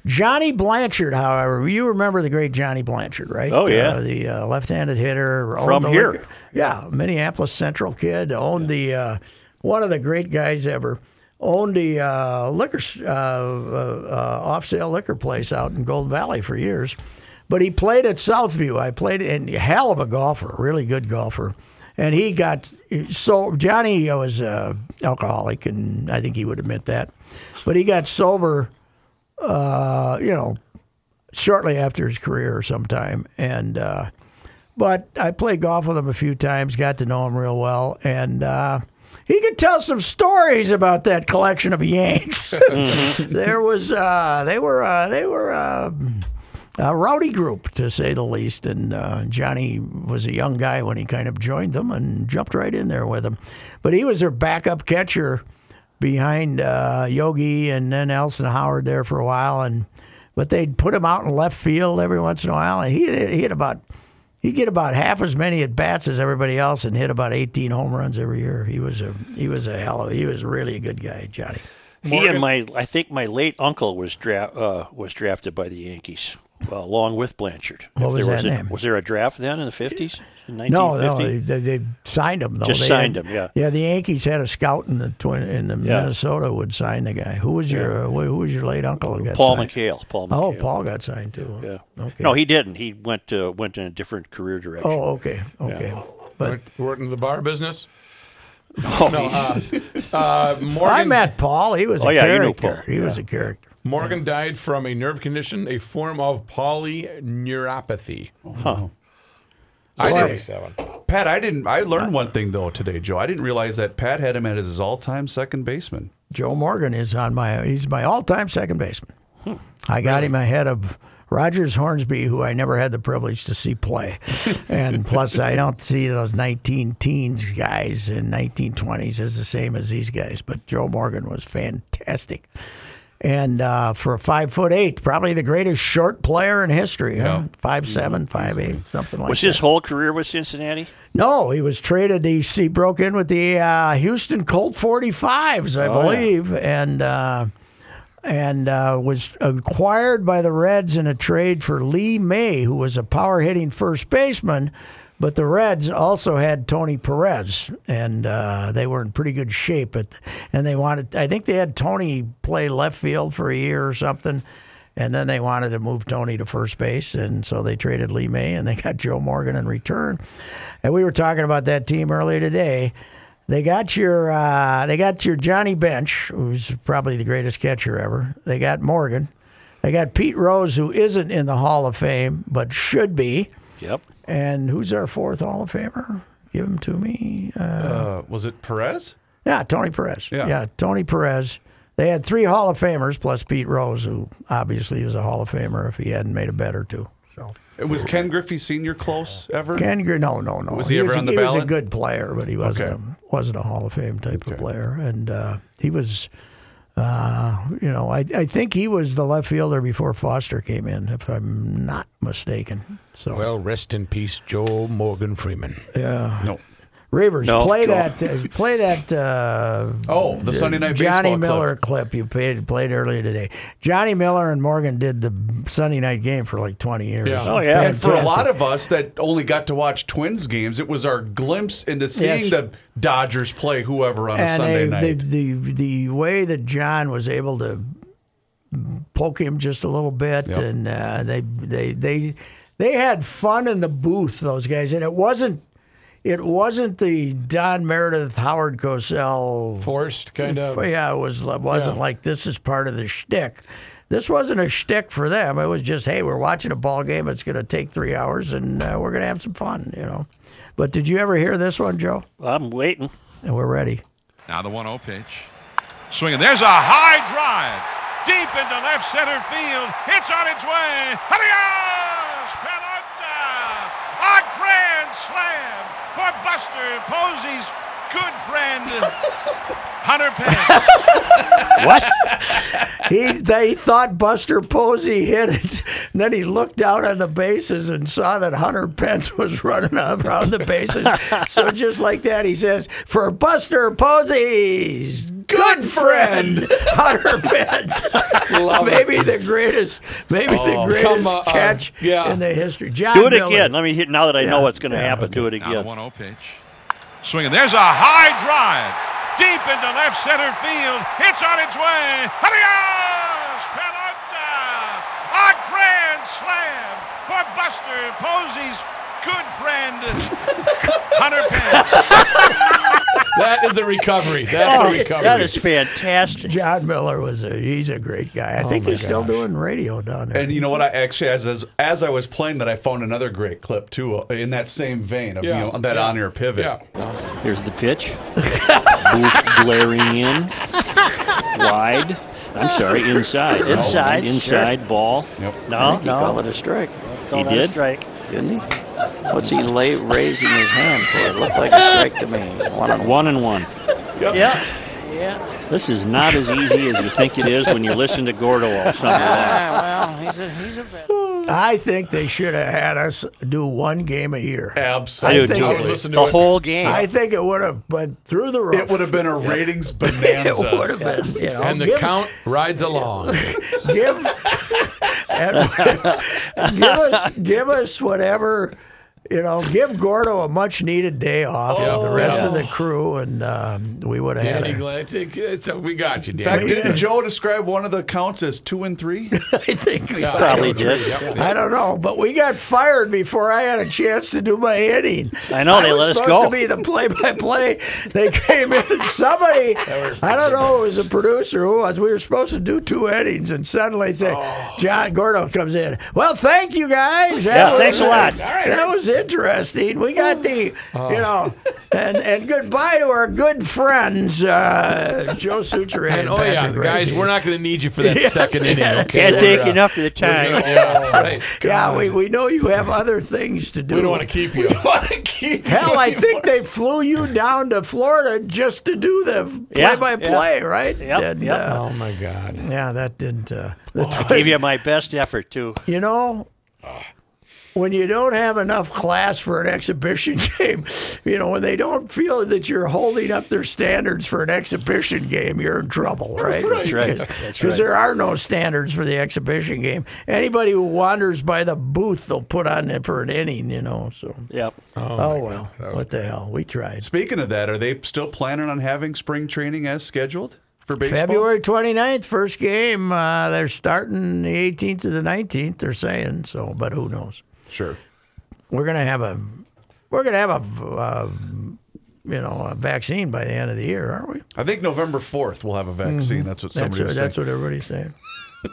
S2: Johnny Blanchard, however, you remember the great Johnny Blanchard, right?
S1: Oh, yeah.
S2: Uh, the uh, left-handed hitter owned
S1: From
S2: the
S1: here.
S2: liquor- yeah, Minneapolis Central kid owned the uh, one of the great guys ever owned the uh, liquor s- uh, uh, off sale liquor place out in Gold Valley for years. But he played at Southview. I played and hell of a golfer, really good golfer. And he got so Johnny was uh, alcoholic, and I think he would admit that. But he got sober, uh, you know, shortly after his career or sometime. And uh, but I played golf with him a few times, got to know him real well, and uh, he could tell some stories about that collection of Yanks. there was uh, they were uh, they were. Uh, a rowdy group, to say the least, and uh, Johnny was a young guy when he kind of joined them and jumped right in there with them. But he was their backup catcher behind uh, Yogi and then Elson Howard there for a while, and but they'd put him out in left field every once in a while, and he he had about he'd get about half as many at bats as everybody else and hit about 18 home runs every year. He was a he was a hell of he was really a good guy, Johnny.
S1: He and my, I think my late uncle was dra- uh, was drafted by the Yankees, well, along with Blanchard.
S2: What was
S1: there
S2: that
S1: a,
S2: name?
S1: Was there a draft then in the fifties? In
S2: No, no,
S1: 1950?
S2: they, they, they signed him though.
S1: Just
S2: They
S1: signed
S2: had-
S1: him, yeah.
S2: Yeah, the Yankees had a scout in the twin in the Minnesota would sign the guy. Who was your who who was your late uncle? Who got
S1: Paul
S2: signed?
S1: McHale. Paul
S2: Oh,
S1: McHale.
S2: Paul got signed too.
S1: Yeah.
S2: Okay.
S1: No, he didn't. He went to, went in a different career direction.
S2: Oh, okay, okay. But
S3: Went, went into the bar business.
S1: Oh, he-
S3: Uh, Morgan,
S2: I met Paul. He was
S1: Oh,
S2: a
S1: yeah, you knew
S2: character.
S1: Paul.
S2: He was a character.
S3: Morgan died from a nerve condition, a form of polyneuropathy. I
S2: Boy.
S3: did seven.
S4: Pat, I didn't. I learned one thing though today, Joe. I didn't realize that Pat had him at his all-time second baseman.
S2: Joe Morgan is on my he's my all time second baseman. I got him ahead of Rogers Hornsby, who I never had the privilege to see play. and plus I don't see those nineteen teens guys and nineteen twenties as the same as these guys. But Joe Morgan was fantastic. and uh, for a five foot eight, probably the greatest short player in history. huh? Five seven, five eight, something like
S1: Was
S2: that.
S1: his whole career with Cincinnati?
S2: No, he was traded. He, he broke in with the uh, Houston Colt 45s, I believe, and uh, and uh, was acquired by the Reds in a trade for Lee May, who was a power hitting first baseman. But the Reds also had Tony Perez, and uh, they were in pretty good shape. At, and they wanted, I think they had Tony play left field for a year or something. And then they wanted to move Tony to first base, and so they traded Lee May, and they got Joe Morgan in return. And we were talking about that team earlier today. They got your uh, they got your Johnny Bench, who's probably the greatest catcher ever. They got Morgan. They got Pete Rose, who isn't in the Hall of Fame but should be.
S1: Yep.
S2: And who's our fourth Hall of Famer? Give him to me. Uh,
S4: Uh, was it Perez?
S2: yeah, Tony Perez.
S4: Yeah.
S2: Tony Perez. They had three Hall of Famers plus Pete Rose, who obviously is a Hall of Famer if he hadn't made a bet or two. So
S4: It was Ken Griffey Senior close ever?
S2: Ken Grier, no, no, no.
S4: Was he ever
S2: a,
S4: on the
S2: he was a
S4: ballot?
S2: good player, but he wasn't
S4: Okay.
S2: a, wasn't a Hall of Fame type of player, and uh, he was. Uh, you know, I, I think he was the left fielder before Foster came in, if I'm not mistaken. So
S3: Well, rest in peace, Joe Morgan Freeman.
S4: no.
S2: Reavers,
S1: No,
S2: play
S1: Joel.
S2: that, uh, play that uh,
S4: Oh, the Sunday night
S2: Johnny
S4: baseball
S2: Miller
S4: clip.
S2: clip, you played played earlier today. Johnny Miller and Morgan did the Sunday night game for like 20 years.
S3: Yeah.
S1: Oh, yeah.
S4: And for a
S2: Fantastic.
S4: lot of us that only got to watch Twins games, it was our glimpse into seeing
S2: Yes.
S4: the Dodgers play whoever on a
S2: and
S4: Sunday
S2: they-
S4: night.
S2: The, the the way that John was able to poke him just a little bit, and uh, they they they they had fun in the booth. Those guys, and it wasn't it wasn't the Don Meredith Howard Cosell
S3: Forced kind of.
S2: yeah, it was it wasn't
S3: Yeah.
S2: like this is part of the shtick. This wasn't a shtick for them. It was just, hey, we're watching a ball game. It's going to take three hours, and uh, we're going to have some fun, you know. But did you ever hear this one, Joe?
S1: I'm waiting.
S2: And we're ready.
S5: Now the 1 0 pitch. Swinging. There's a high drive. Deep into left center field. It's on its way. Adios! Pelota! A grand slam for Buster Posey's good friend, Hunter Pence.
S1: What?
S2: He they thought Buster Posey hit it. And then he looked down on the bases and saw that Hunter Pence was running up around the bases. so just like that, he says, "For Buster Posey's good friend, Hunter Pence."
S3: Love it. Oh,
S2: maybe the greatest, maybe the
S3: come
S2: greatest
S3: on.
S2: catch
S3: Yeah.
S2: in the history. John
S1: Do it
S2: Miller.
S1: again. Let me hit now that I know what's going to happen. Do it
S5: Now the
S1: again.
S5: 1 0 pitch. Swinging. There's a high drive. Deep into left center field. It's on its way. Adios! Pelota! A grand slam for Buster Posey's good friend, Hunter Pence.
S3: That is a recovery. That's
S1: Oh,
S3: a recovery.
S1: that is fantastic.
S2: John Miller was a he's a great guy. I think
S3: Oh my
S2: he's still
S3: gosh.
S2: doing radio down there.
S4: And you know what? I actually, as, as as I was playing that, I found another great clip too uh, in that same vein of
S3: Yeah.
S4: you know, that
S3: Yeah.
S4: on air pivot.
S3: yeah.
S6: Here's the pitch. Booth blaring in. Wide. I'm sorry, inside.
S1: Inside,
S6: Inside ball.
S1: No,
S6: He
S1: no.
S6: called it a strike.
S1: Call
S6: he
S1: that a
S6: did,
S1: strike.
S6: didn't he? What's he lay, raising his hand for? It looked like a strike to me. One and one. and one.
S1: Yeah.
S6: This is not as easy as you think it is when you listen to Gordo all summer long.
S2: I think they should have had us do one game a year.
S1: I do
S4: Absolutely.
S2: think-
S3: I would
S1: too.
S3: listen to
S1: The
S3: it.
S1: whole game.
S2: I think it would have went through the roof.
S4: It would have been a ratings
S2: It
S4: bonanza.
S2: would have been. You know,
S3: And the
S2: give,
S3: count rides along.
S2: give, and give us give us whatever. You know, give Gordo a much needed day off
S3: Oh,
S2: with the rest
S3: yeah.
S2: of the crew, and um, we would have had
S3: Danny
S2: a,
S3: Glantic, it's a- we got you,
S4: In fact,
S3: Danny.
S4: didn't Joe describe one of the counts as two and three?
S2: I think we
S3: Yeah.
S1: Probably did.
S3: Yep.
S2: I don't know, but we got fired before I had a chance to do my inning.
S1: I know, they
S2: was
S1: let us
S2: supposed
S1: go.
S2: To be the play-by-play, they came in. And somebody, I don't know, who was a producer who was. We were supposed to do two innings, and
S1: Oh.
S2: suddenly say, John Gordo comes in. Well, thank you guys. That
S1: Yeah,
S2: was
S1: thanks a
S2: it.
S1: lot. Oh.
S2: That was it. interesting. We got the, you know, and, and goodbye to our good friends, uh, Joe Suter and,
S3: And, oh yeah,
S2: Patrick
S3: guys,
S2: Racy.
S3: we're not going to need you for that
S2: Yes,
S3: second inning.
S2: yes.
S3: Okay?
S1: Can't
S3: We're,
S1: take
S3: uh,
S1: enough of the
S3: we're
S1: time.
S3: gonna- yeah, right.
S2: Yeah, we, we know you have other things to do.
S3: We don't want to keep you.
S4: keep
S2: Hell, I think they flew you down to Florida just to do the
S1: Yeah,
S2: play-by-play, right?
S1: Yep,
S2: and,
S1: yep.
S2: Uh,
S3: Oh my God.
S2: yeah, that didn't. Uh, the twi-
S1: Give you Ah. my best effort too.
S2: you know, when you don't have enough class for an exhibition game, you know, when they don't feel that you're holding up their standards for an exhibition game, you're in trouble, right?
S1: That's right. That's
S2: Because
S1: right.
S2: there are no standards for the exhibition game. Anybody who wanders by the booth, they'll put on it for an inning, you know. So,
S1: Yep.
S2: oh, well, what the hell? We tried.
S4: Speaking of that, are they still planning on having spring training as scheduled for baseball?
S2: February 29th, first game. Uh, they're starting the 18th to the 19th. They're saying so, but who knows?
S4: Sure.
S2: We're gonna have a, we're gonna have a, uh, you know, a vaccine by the end of the year, aren't we?
S4: I think November 4th we'll have a vaccine. That's what
S2: Mm-hmm. That's
S4: somebody was
S2: that's
S4: saying.
S2: what everybody's saying.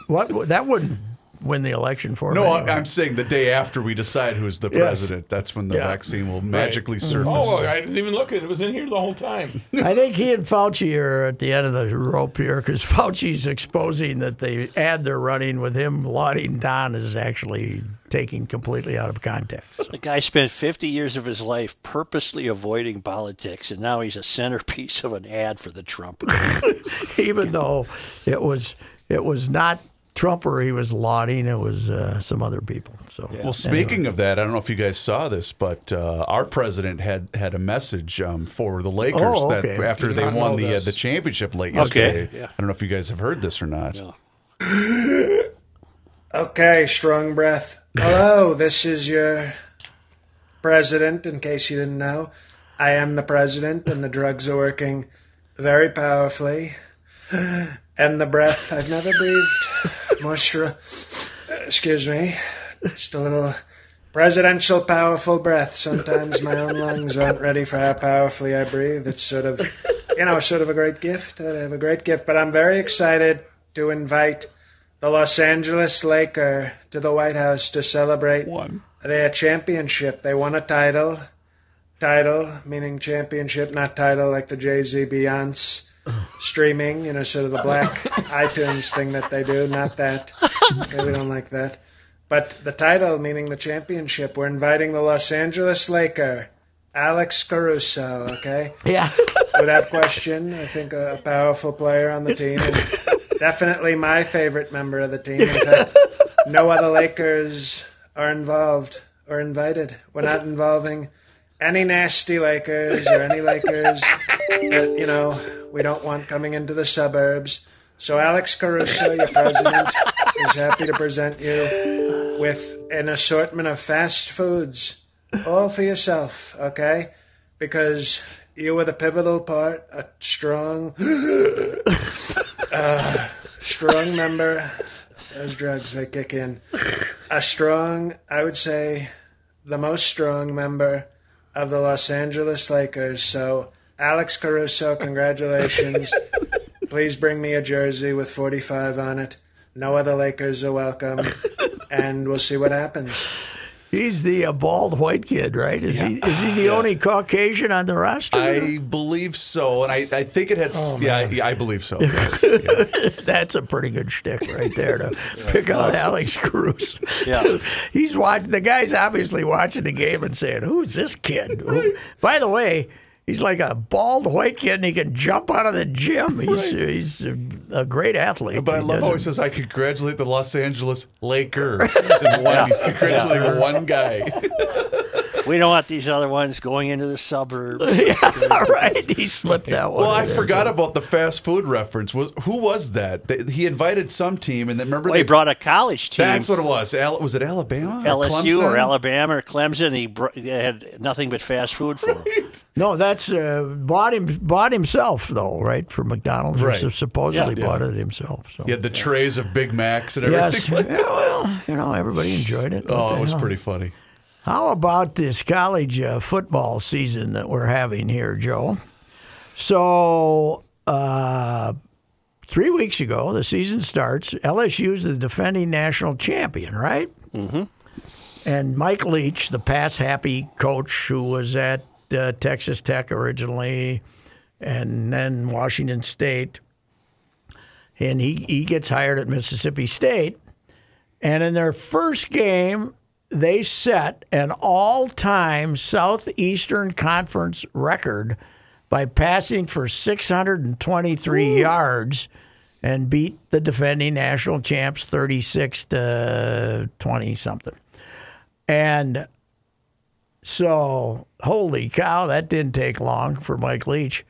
S2: what that wouldn't win the election for
S4: No,
S2: me.
S4: I- I'm saying the day after we decide who's the president, that's when the
S2: Yeah. Mm-hmm.
S4: vaccine will magically surface.
S3: Oh, I didn't even look at it. It was in here the whole time.
S2: I think he and Fauci are at the end of the rope here because Fauci's exposing that the ad they're running with him lauding Don is actually taken completely out of context.
S1: The guy spent 50 years of his life purposely avoiding politics, and now he's a centerpiece of an ad for the Trump.
S2: even though it was it was not Trump or he was lauding, it was uh, some other people. So
S4: Well, speaking of that, I don't know if you guys saw this, but uh, our president had had a message um, for the Lakers
S2: Oh, okay.
S4: that after
S3: Did
S4: they
S3: not
S4: won
S3: know
S4: the uh,
S3: this.
S4: the championship late
S1: Okay.
S4: yesterday. I don't know if you guys have heard this or not.
S7: Okay, strong breath. Hello, this is your president, in case you didn't know. I am the president, and the drugs are working very powerfully. And the breath, I've never breathed moisture. Excuse me. Just a little presidential powerful breath. Sometimes my own lungs aren't ready for how powerfully I breathe. It's sort of, you know, sort of a great gift. I have a great gift, but I'm very excited to invite the Los Angeles Laker to the White House to celebrate their championship. They won a title. Title meaning championship, not title like the Jay Z Beyonce streaming, you know, sort of the black iTunes thing that they do. Not that. Maybe we don't like that. But the title meaning the championship. We're inviting the Los Angeles Laker, Alex Caruso, okay?
S2: yeah,
S7: without question. I think a, a powerful player on the team, and definitely my favorite member of the team. In fact, no other Lakers are involved or invited. We're not involving any nasty Lakers or any Lakers that you know we don't want coming into the suburbs. So Alex Caruso, your president, is happy to present you with an assortment of fast foods, all for yourself. Okay because you were the pivotal part, a strong, uh, strong member. Those drugs they kick in. A strong, I would say, the most strong member of the Los Angeles Lakers. So, Alex Caruso, congratulations. Please bring me a jersey with 45 on it. No other Lakers are welcome, and we'll see what happens.
S2: he's the uh, bald white kid, right? Is he is he the only Caucasian on the roster?
S4: I believe so, and I, I think it had. yeah, I, yeah, I believe so. Yes. Yeah.
S2: That's a pretty good shtick right there to pick out Alex Cruz.
S1: Yeah.
S2: Dude, he's watching. The guy's obviously watching the game and saying, "Who's this kid?" Who- By the way. He's like a bald white kid, and he can jump out of the gym. He's, he's a, a great athlete.
S4: But I
S2: He
S4: love
S2: doesn't-
S4: how he says, "I congratulate the Los Angeles Lakers." and one, He's congratulating one guy.
S1: we don't want these other ones going into the suburbs.
S2: yeah, right. He slipped that one.
S4: Well, I
S2: in.
S4: forgot about the fast food reference. Was who was that? They- He invited some team, and then remember
S1: Well, he
S4: they
S1: brought a college team.
S4: That's what it was. Al- was it Alabama?
S1: LSU
S4: Clemson?
S1: or Alabama or Clemson, he br- they had nothing but fast food for him.
S2: No, that's uh, bought him bought himself though, right? For McDonald's,
S4: Right.
S2: He supposedly
S1: Yeah.
S2: bought it himself. So.
S4: He had the trays of Big Macs and everything.
S2: Yes.
S4: like-
S2: Yeah, well, you know, everybody enjoyed it. What
S4: Oh,
S2: the
S4: it was
S2: hell?
S4: pretty funny.
S2: How about this college uh, football season that we're having here, Joe? So, uh, three weeks ago, the season starts. LSU's the defending national champion, right? Mm-hmm. And Mike Leach, the pass happy coach who was at uh, Texas Tech originally and then Washington State, and he, he gets hired at Mississippi State. And in their first game, they set an all time Southeastern Conference record by passing for 623 yards and beat the defending national champs 36 to 20 something. And so, holy cow, that didn't take long for Mike Leach.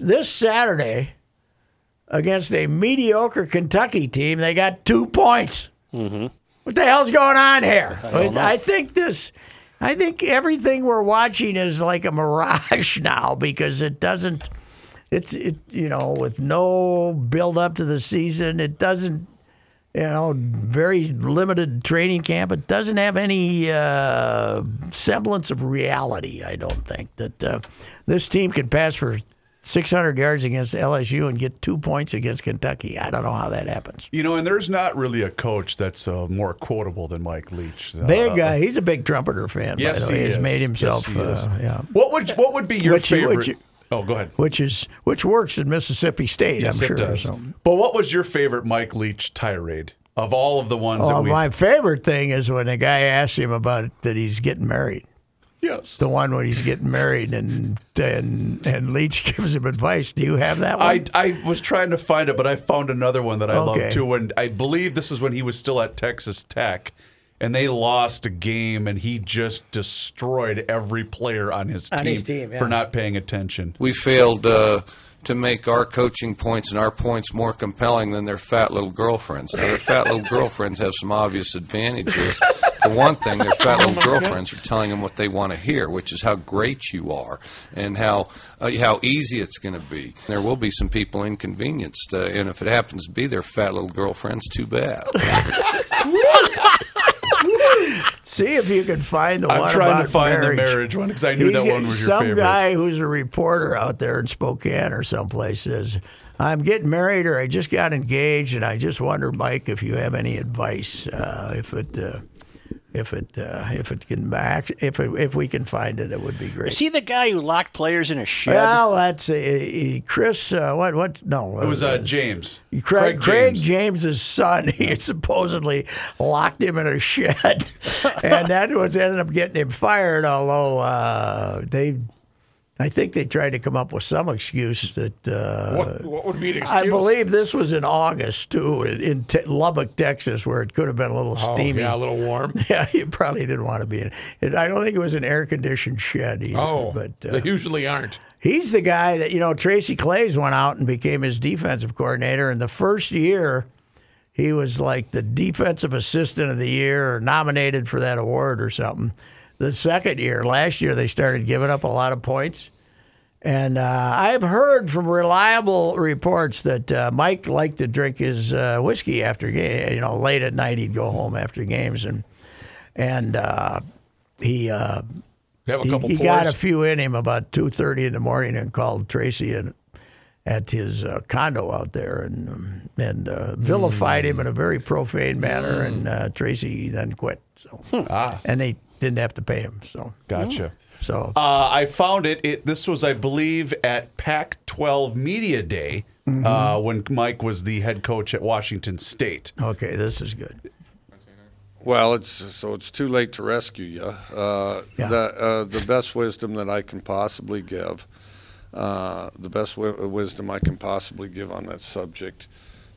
S2: This Saturday, against a mediocre Kentucky team, they got two points. What the hell's going on here? I, think this. I think everything we're watching is like a mirage now because it doesn't. It's it you know with no build up to the season, it doesn't. You know, very limited training camp. It doesn't have any uh, semblance of reality. I don't think that uh, this team can pass for 600 yards against LSU and get two points against Kentucky. I don't know how that happens.
S4: You know, and there's not really a coach that's uh, more quotable than Mike Leach. So,
S2: Big
S4: uh,
S2: guy. He's a big trumpeter fan.
S4: Yes,
S2: by the way.
S4: he
S2: He's
S4: is.
S2: made himself.
S4: Yes, he is.
S2: Uh, yeah.
S4: What would what would be your
S2: Which you-
S4: favorite?
S2: which you-
S4: oh, go ahead.
S2: Which is which works in Mississippi State.
S4: Yes,
S2: I'm
S4: it
S2: sure.
S4: does.
S2: So-
S4: But what was your favorite Mike Leach tirade of all of the ones
S2: Well,
S4: that we?
S2: Oh, uh, my favorite thing is when the guy asks him about that he's getting married.
S4: yes.
S2: The one when he's getting married, and and and Leach gives him advice. Do you have that one?
S4: I, I was trying to find it, but I found another one that I
S2: Um, Okay.
S4: love too. And I believe this is when he was still at Texas Tech, and they lost a game, and he just destroyed every player on his team,
S2: On his team, yeah.
S4: for not paying attention.
S8: we failed uh, to make our coaching points and our points more compelling than their fat little girlfriends. Now, their fat little girlfriends have some obvious advantages. For one thing, their fat little girlfriends are telling them what they want to hear, which is how great you are and how uh, how easy it's going to be. There will be some people inconvenienced, uh, and if it happens to be their fat little girlfriends, too bad.
S2: See if you can find the
S4: I'm
S2: one
S4: trying to
S2: about
S4: find the
S2: marriage.
S4: marriage one, 'cause I knew
S2: He's
S4: that
S2: got-
S4: one was your
S2: some
S4: favorite.
S2: guy who's a reporter out there in Spokane or someplace says, "I'm getting married, or I just got engaged, and I just wonder, Mike, if you have any advice, uh, if it, uh, if it, uh, if it can back, if it, if we can find it, it would be great."
S1: Is he the guy who locked players in a shed?
S2: well, that's uh, uh, Chris. Uh, what? What? No,
S4: It was uh, James.
S2: Craig, Craig,
S4: James.
S2: James's son, he supposedly locked him in a shed, and that was ended up getting him fired. Although uh, they, I think they tried to come up with some excuse that uh,
S3: What, what would be an excuse?
S2: I believe this was in August too, in, in te- Lubbock, Texas, where it could have been a little
S3: Oh,
S2: steamy.
S3: yeah, a little warm.
S2: Yeah, you probably didn't want to be in it. I don't think it was an air conditioned shed either.
S3: Oh,
S2: but uh,
S3: they usually aren't.
S2: He's the guy that, you know, Tracy Clays went out and became his defensive coordinator. And the first year, he was like the defensive assistant of the year or nominated for that award or something. The second year, last year, they started giving up a lot of points. And uh, I've heard from reliable reports that uh, Mike liked to drink his uh, whiskey after game. You know, late at night, he'd go home after games. And, and uh, he, uh,
S3: They have a
S2: he,
S3: couple
S2: he
S3: pours.
S2: got a few in him about two thirty in the morning and called Tracy in, at his uh, condo out there and um, and uh, vilified him in a very profane manner
S4: Hmm.
S2: and uh, Tracy then quit. So and they didn't have to pay him. So
S4: Gotcha.
S2: so
S4: Ah. Uh, I found it. it. This was, I believe, at Pac 12 Media Day
S2: Mm-hmm.
S4: uh, when Mike was the head coach at Washington State.
S2: okay, this is good.
S9: Well, it's so it's too late to rescue you. Uh,
S2: Yeah.
S9: The uh, the best wisdom that I can possibly give, uh, the best w- wisdom I can possibly give on that subject,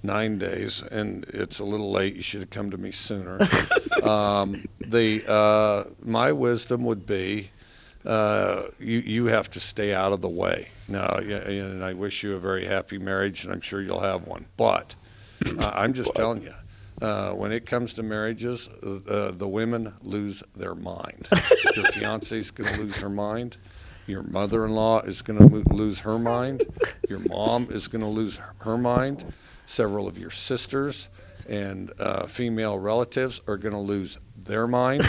S9: nine days, and it's a little late. You should have come to me sooner. um, the uh, my wisdom would be, uh, you you have to stay out of the way. Now, y- and I wish you a very happy marriage, and I'm sure you'll have one, but. Uh, I'm just telling you, uh, when it comes to marriages, uh, the women lose their mind. Your fiance's going to lose her mind. Your mother-in-law is going to mo- lose her mind. Your mom is going to lose her- her mind. Several of your sisters and uh, female relatives are going to lose their mind,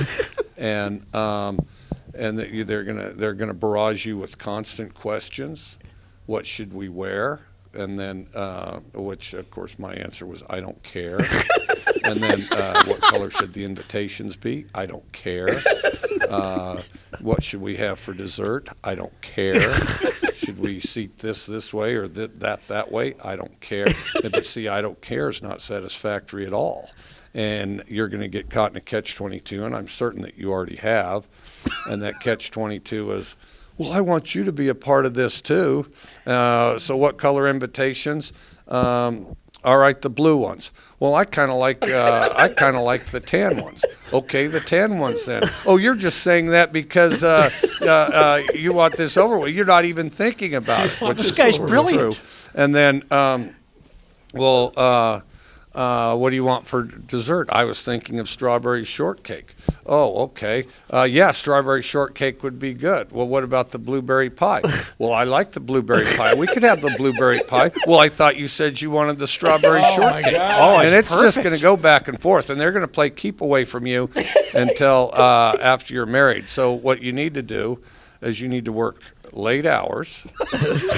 S9: and um, and that you, they're going to they're going to barrage you with constant questions what should we wear? And then, uh, which of course my answer was, I don't care. And then uh, what color should the invitations be? I don't care. Uh, what should we have for dessert? I don't care. Should we seat this this way or th- that that way? I don't care. But see, I don't care is not satisfactory at all. And you're going to get caught in a catch 22, and I'm certain that you already have. And that catch 22 is, well, I want you to be a part of this too. Uh, so, what color invitations? Um, all right, the blue ones. Well, I kind of like uh, I kind of like the tan ones. Okay, the tan ones then. Oh, you're just saying that because uh, uh, uh, you want this over with. You're not even thinking about it. Which
S1: This
S9: is
S1: guy's
S9: totally
S1: brilliant.
S9: true. And then, um, well, uh, uh, what do you want for dessert? I was thinking of strawberry shortcake. Oh, okay. Uh, yeah, strawberry shortcake would be good. Well, what about the blueberry pie? well, I like the blueberry pie. We could have the blueberry pie. Well, I thought you said you wanted the strawberry
S3: Oh, my
S9: shortcake
S3: God.
S9: and it's just going to go back and forth, and they're going to play keep away from you until uh, after you're married. So what you need to do is you need to work late hours,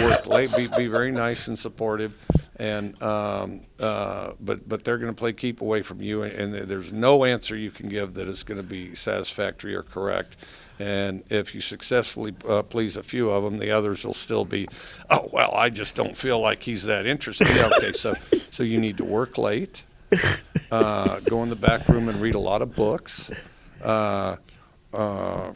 S9: work late, be, be very nice and supportive, and um, uh, but but they're going to play keep away from you, and, and there's no answer you can give that is going to be satisfactory or correct. And if you successfully uh, please a few of them, the others will still be, oh well, I just don't feel like he's that interested. Yeah, okay, so so you need to work late, uh, go in the back room and read a lot of books. Uh, uh,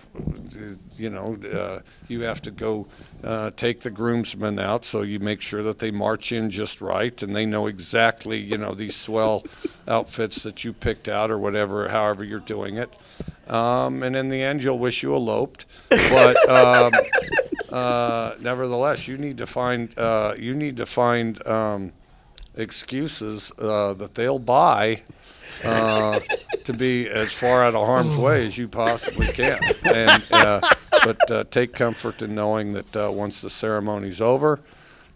S9: you know, uh, you have to go uh, take the groomsmen out, so you make sure that they march in just right, and they know exactly, you know, these swell outfits that you picked out or whatever, however you're doing it. Um, and in the end, you'll wish you eloped, but um, uh, nevertheless, you need to find uh, you need to find um, excuses uh, that they'll buy uh, to be as far out of harm's way as you possibly can. And, uh, but uh, take comfort in knowing that uh, once the ceremony's over,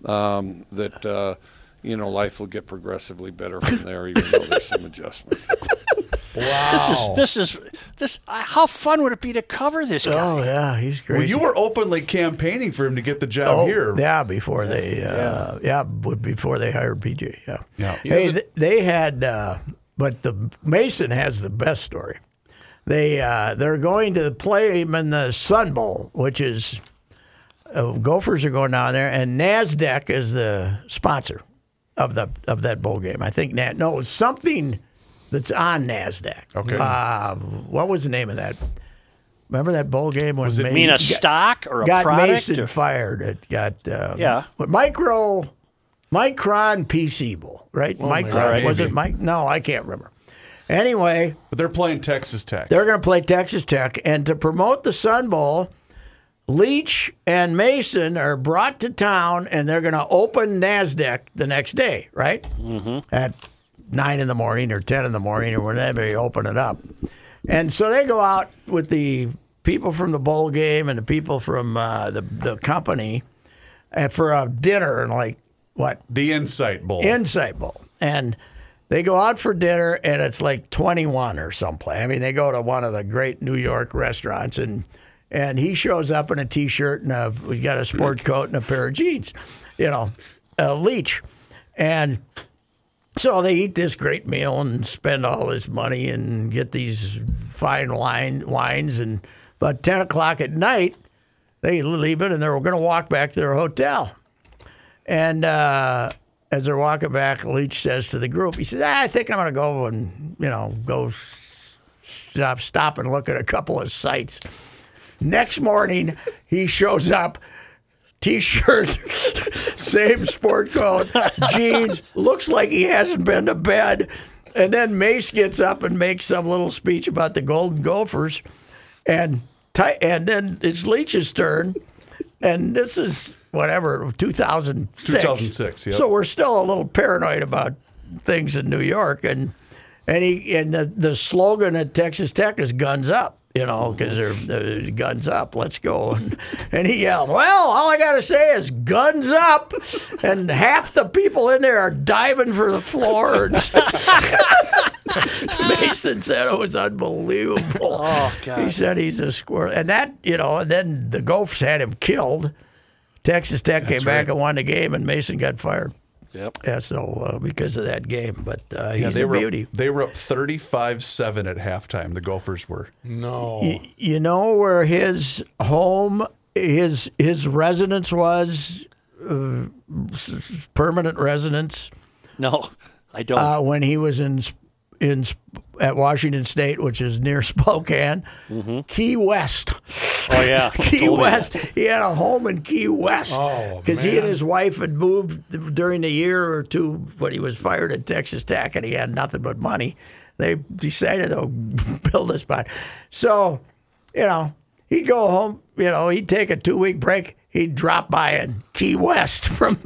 S9: um, that uh, you know life will get progressively better from there, even though there's some adjustment.
S1: This
S2: Oh.
S1: is this is this. uh, How fun would it be to cover this guy?
S2: Oh yeah, he's great.
S4: Well, you were openly campaigning for him to get the job
S2: Oh,
S4: here.
S2: Yeah, before they, uh, yeah, b- before they hired PJ. Yeah.
S4: Yeah.
S2: Hey, th- they had, uh, but the Mason has the best story. They uh, they're going to play him in the Sun Bowl, which is uh, Gophers are going down there, and Nasdaq is the sponsor of the of that bowl game. I think Nat, no, something that's on Nasdaq.
S4: Okay.
S2: Uh, what was the name of that? Remember that bowl game? When
S4: Was it
S1: I mean,
S2: Mason-
S1: a stock or a
S2: got
S1: product?
S2: Mason
S1: or-
S2: fired. It got um,
S1: Yeah.
S2: what, micro micron PC bowl, right? micron
S1: God.
S2: was it Mike? No, I can't remember. Anyway,
S4: But they're playing Texas Tech.
S2: they're going to play Texas Tech, and to promote the Sun Bowl, Leach and Mason are brought to town, and they're going to open Nasdaq the next day, right? Mm-hmm. At nine in the morning or ten in the morning or whenever they open it up, and so they go out with the people from the bowl game and the people from uh, the the company, and for a dinner and like what
S4: the Insight Bowl.
S2: Insight Bowl. And they go out for dinner, and it's like 21 or someplace. I mean, they go to one of the great New York restaurants, and and he shows up in a t-shirt and a, he's got a sport coat and a pair of jeans, you know, a leech, and. So they eat this great meal and spend all this money and get these fine wine, wines. And about 10 o'clock at night, they leave it and they're going to walk back to their hotel. And uh, as they're walking back, Leach says to the group, he says, "Ah, I think I'm going to go and, you know, go s- stop, stop and look at a couple of sites. Next morning, he shows up, t shirt, same sport coat, jeans, looks like he hasn't been to bed. And then Mace gets up and makes some little speech about the Golden Gophers. And, Ti- and then it's Leach's turn. And this is whatever, 2006.
S4: 2006, yep.
S2: So we're still a little paranoid about things in New York. And and he and the, the slogan at Texas Tech is "Guns Up," you know, because they're, they're guns up. Let's go. And, and he yelled, "Well, all I got to say is guns up," and half the people in there are diving for the floor. And Mason said it was unbelievable. Oh
S1: God.
S2: He said he's a squirrel, and that you know, and then the Gophers had him killed. Texas Tech came back and won the game, and Mason got fired.
S1: Yep.
S2: SO uh, because of that game. But uh, he's
S4: they
S2: a
S4: were
S2: beauty.
S4: they were up 35-7 at halftime. The Gophers were.
S3: No.
S2: Y- you know where his home, his his residence was, uh, s- s- permanent residence
S1: No, I don't.
S2: uh, when he was in Sp- in Sp- at Washington State, which is near Spokane, Key West.
S1: Mm-hmm. oh yeah.
S2: Key
S1: Totally.
S2: West. He had a home in Key West
S3: Oh,
S2: because he and
S3: man.
S2: his wife had moved during the year or two when he was fired at Texas Tech, and he had nothing but money. They decided to build this spot. So, you know, he'd go home. You know, he'd take a two week break. He'd drop by in Key West from,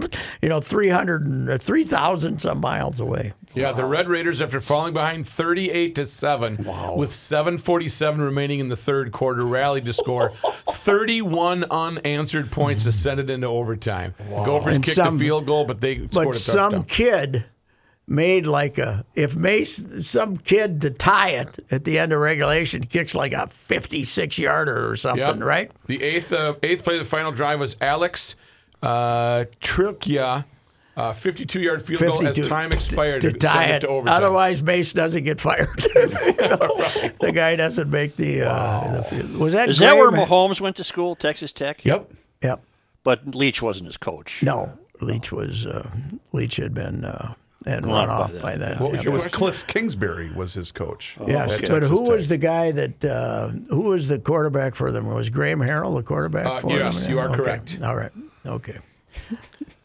S2: you know, 300 and uh, 3,000 some miles away.
S3: Yeah, the Red Raiders, after falling behind 38 to 7, with 7.47 remaining in the third quarter, rallied to score 31 unanswered points, ascended into overtime. Gophers
S2: And
S3: kicked
S2: some-
S3: a field goal, but they scored
S2: but
S3: a
S2: some
S3: touchdown.
S2: kid made like a if Mace some kid to tie it at the end of regulation kicks like a 56 yarder or something,
S3: Yep.
S2: right?
S3: The eighth uh, eighth play of the final drive was Alex uh, Trilkia, uh, 52 yard field goal as
S2: 52
S3: time expired
S2: to
S3: send
S2: tie
S3: it
S2: it.
S3: to overtime.
S2: Otherwise, Mace doesn't get fired. You know, The guy doesn't make the. Uh, the field. Was that
S1: Is that where
S2: Graham?
S1: Mahomes went to school? Texas Tech.
S4: Yep.
S2: Yep.
S1: But Leach wasn't his coach.
S2: No, Leach was uh, Leach had been uh, had
S1: Run
S2: run
S1: by
S2: off
S1: that.
S2: by then.
S3: What was
S4: It
S3: your
S4: was
S3: question?
S4: Cliff Kingsbury was his coach.
S2: Yes,
S4: at
S2: Oh, but
S4: Texas
S2: who was
S4: Tech.
S2: the guy that uh, who was the quarterback for them? Was Graham Harrell the quarterback
S3: Uh,
S2: for
S3: yes,
S2: them?
S3: you are
S2: Okay.
S3: correct.
S2: All right. Okay.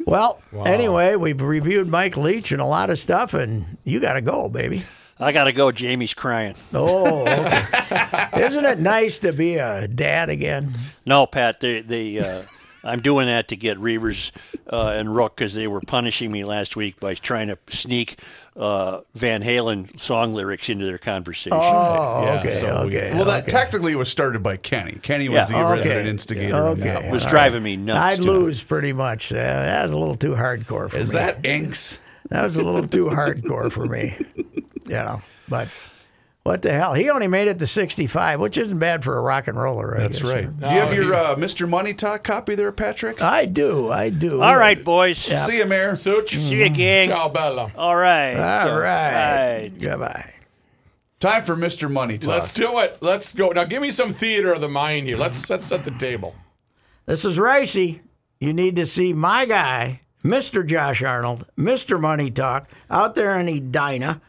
S2: Well, anyway, we've reviewed Mike Leach and a lot of stuff, and you got to go, baby.
S1: I gotta go. Jamie's crying.
S2: Oh, okay. isn't it nice to be a dad again?
S1: No, Pat. They they. Uh, I'm doing that to get Reavers uh, and Rook because they were punishing me last week by trying to sneak uh, Van Halen song lyrics into their conversation.
S2: Oh,
S3: Yeah,
S2: okay,
S3: so we-
S2: okay.
S4: Well, that
S2: okay.
S4: technically was started by Kenny. Kenny was
S1: Yeah.
S4: the
S2: Okay.
S4: resident instigator. on that
S2: Okay.
S1: It was
S2: All
S1: driving me nuts.
S2: I'd
S1: too.
S2: lose pretty much. Uh, that was a little too hardcore for
S4: Is
S2: me.
S4: that Inks?
S2: That was a little too hardcore for me, you know. But what the hell? He only made it to 65, which isn't bad for a rock and roller. I
S4: That's
S2: guess.
S4: right. Do you have your uh, Mr. Money Talk copy there, Patrick?
S2: I do. I do.
S1: All right, boys.
S4: See you, Mayor.
S2: Mm-hmm.
S1: See you, gang.
S3: Ciao, Bella.
S1: All right.
S2: All
S1: right.
S2: right. Goodbye.
S4: Time for Mr. Money Talk.
S3: Let's do it. Let's go. Now give me some theater of the mind here. Let's let's set the table.
S2: This is Ricey. You need to see my guy, Mr. Josh Arnold, Mr. Money Talk, out there in Edina.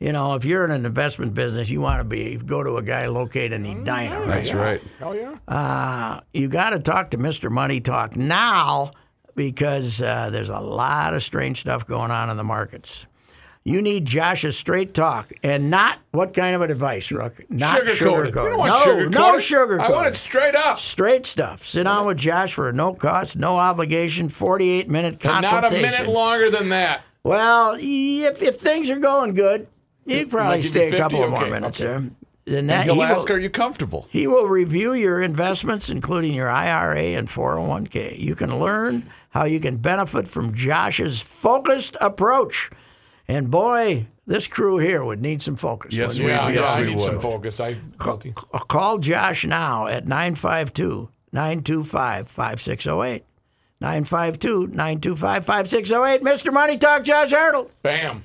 S2: You know, if you're in an investment business, you want to be go to a guy located in Edina, right?
S4: That's right.
S3: Oh yeah.
S2: you got to talk to Mr. Money Talk now because uh, there's a lot of strange stuff going on in the markets. You need Josh's straight talk and not what kind of advice, Rook? Not
S3: Sugar-coated. We don't want
S2: No,
S3: sugar-coated.
S2: no sugar
S3: I want it straight up.
S2: Straight stuff. Sit down with Josh for a no cost, no obligation, 48 minute
S3: And Not a
S2: consultation.
S3: minute longer than that.
S2: Well, if, if things are going good, you could probably
S3: give you
S2: stay a
S3: 50?
S2: couple of more
S3: Okay,
S2: minutes
S3: okay.
S2: there. Then that,
S4: He'll
S2: he will-
S4: ask, are you comfortable?
S2: he will review your investments, including your IRA and 401k. You can learn how you can benefit from Josh's focused approach. And boy, this crew here would need some focus.
S4: Yes,
S2: wouldn't
S4: we-
S3: Yeah,
S4: yes,
S3: yeah, I
S4: we
S3: need
S4: would.
S3: some focus. I guilty.
S2: it? Call Josh now at 952 925 5608. 952 925 5608. Mr. oh Money Talk, Josh Arnold.
S3: Bam.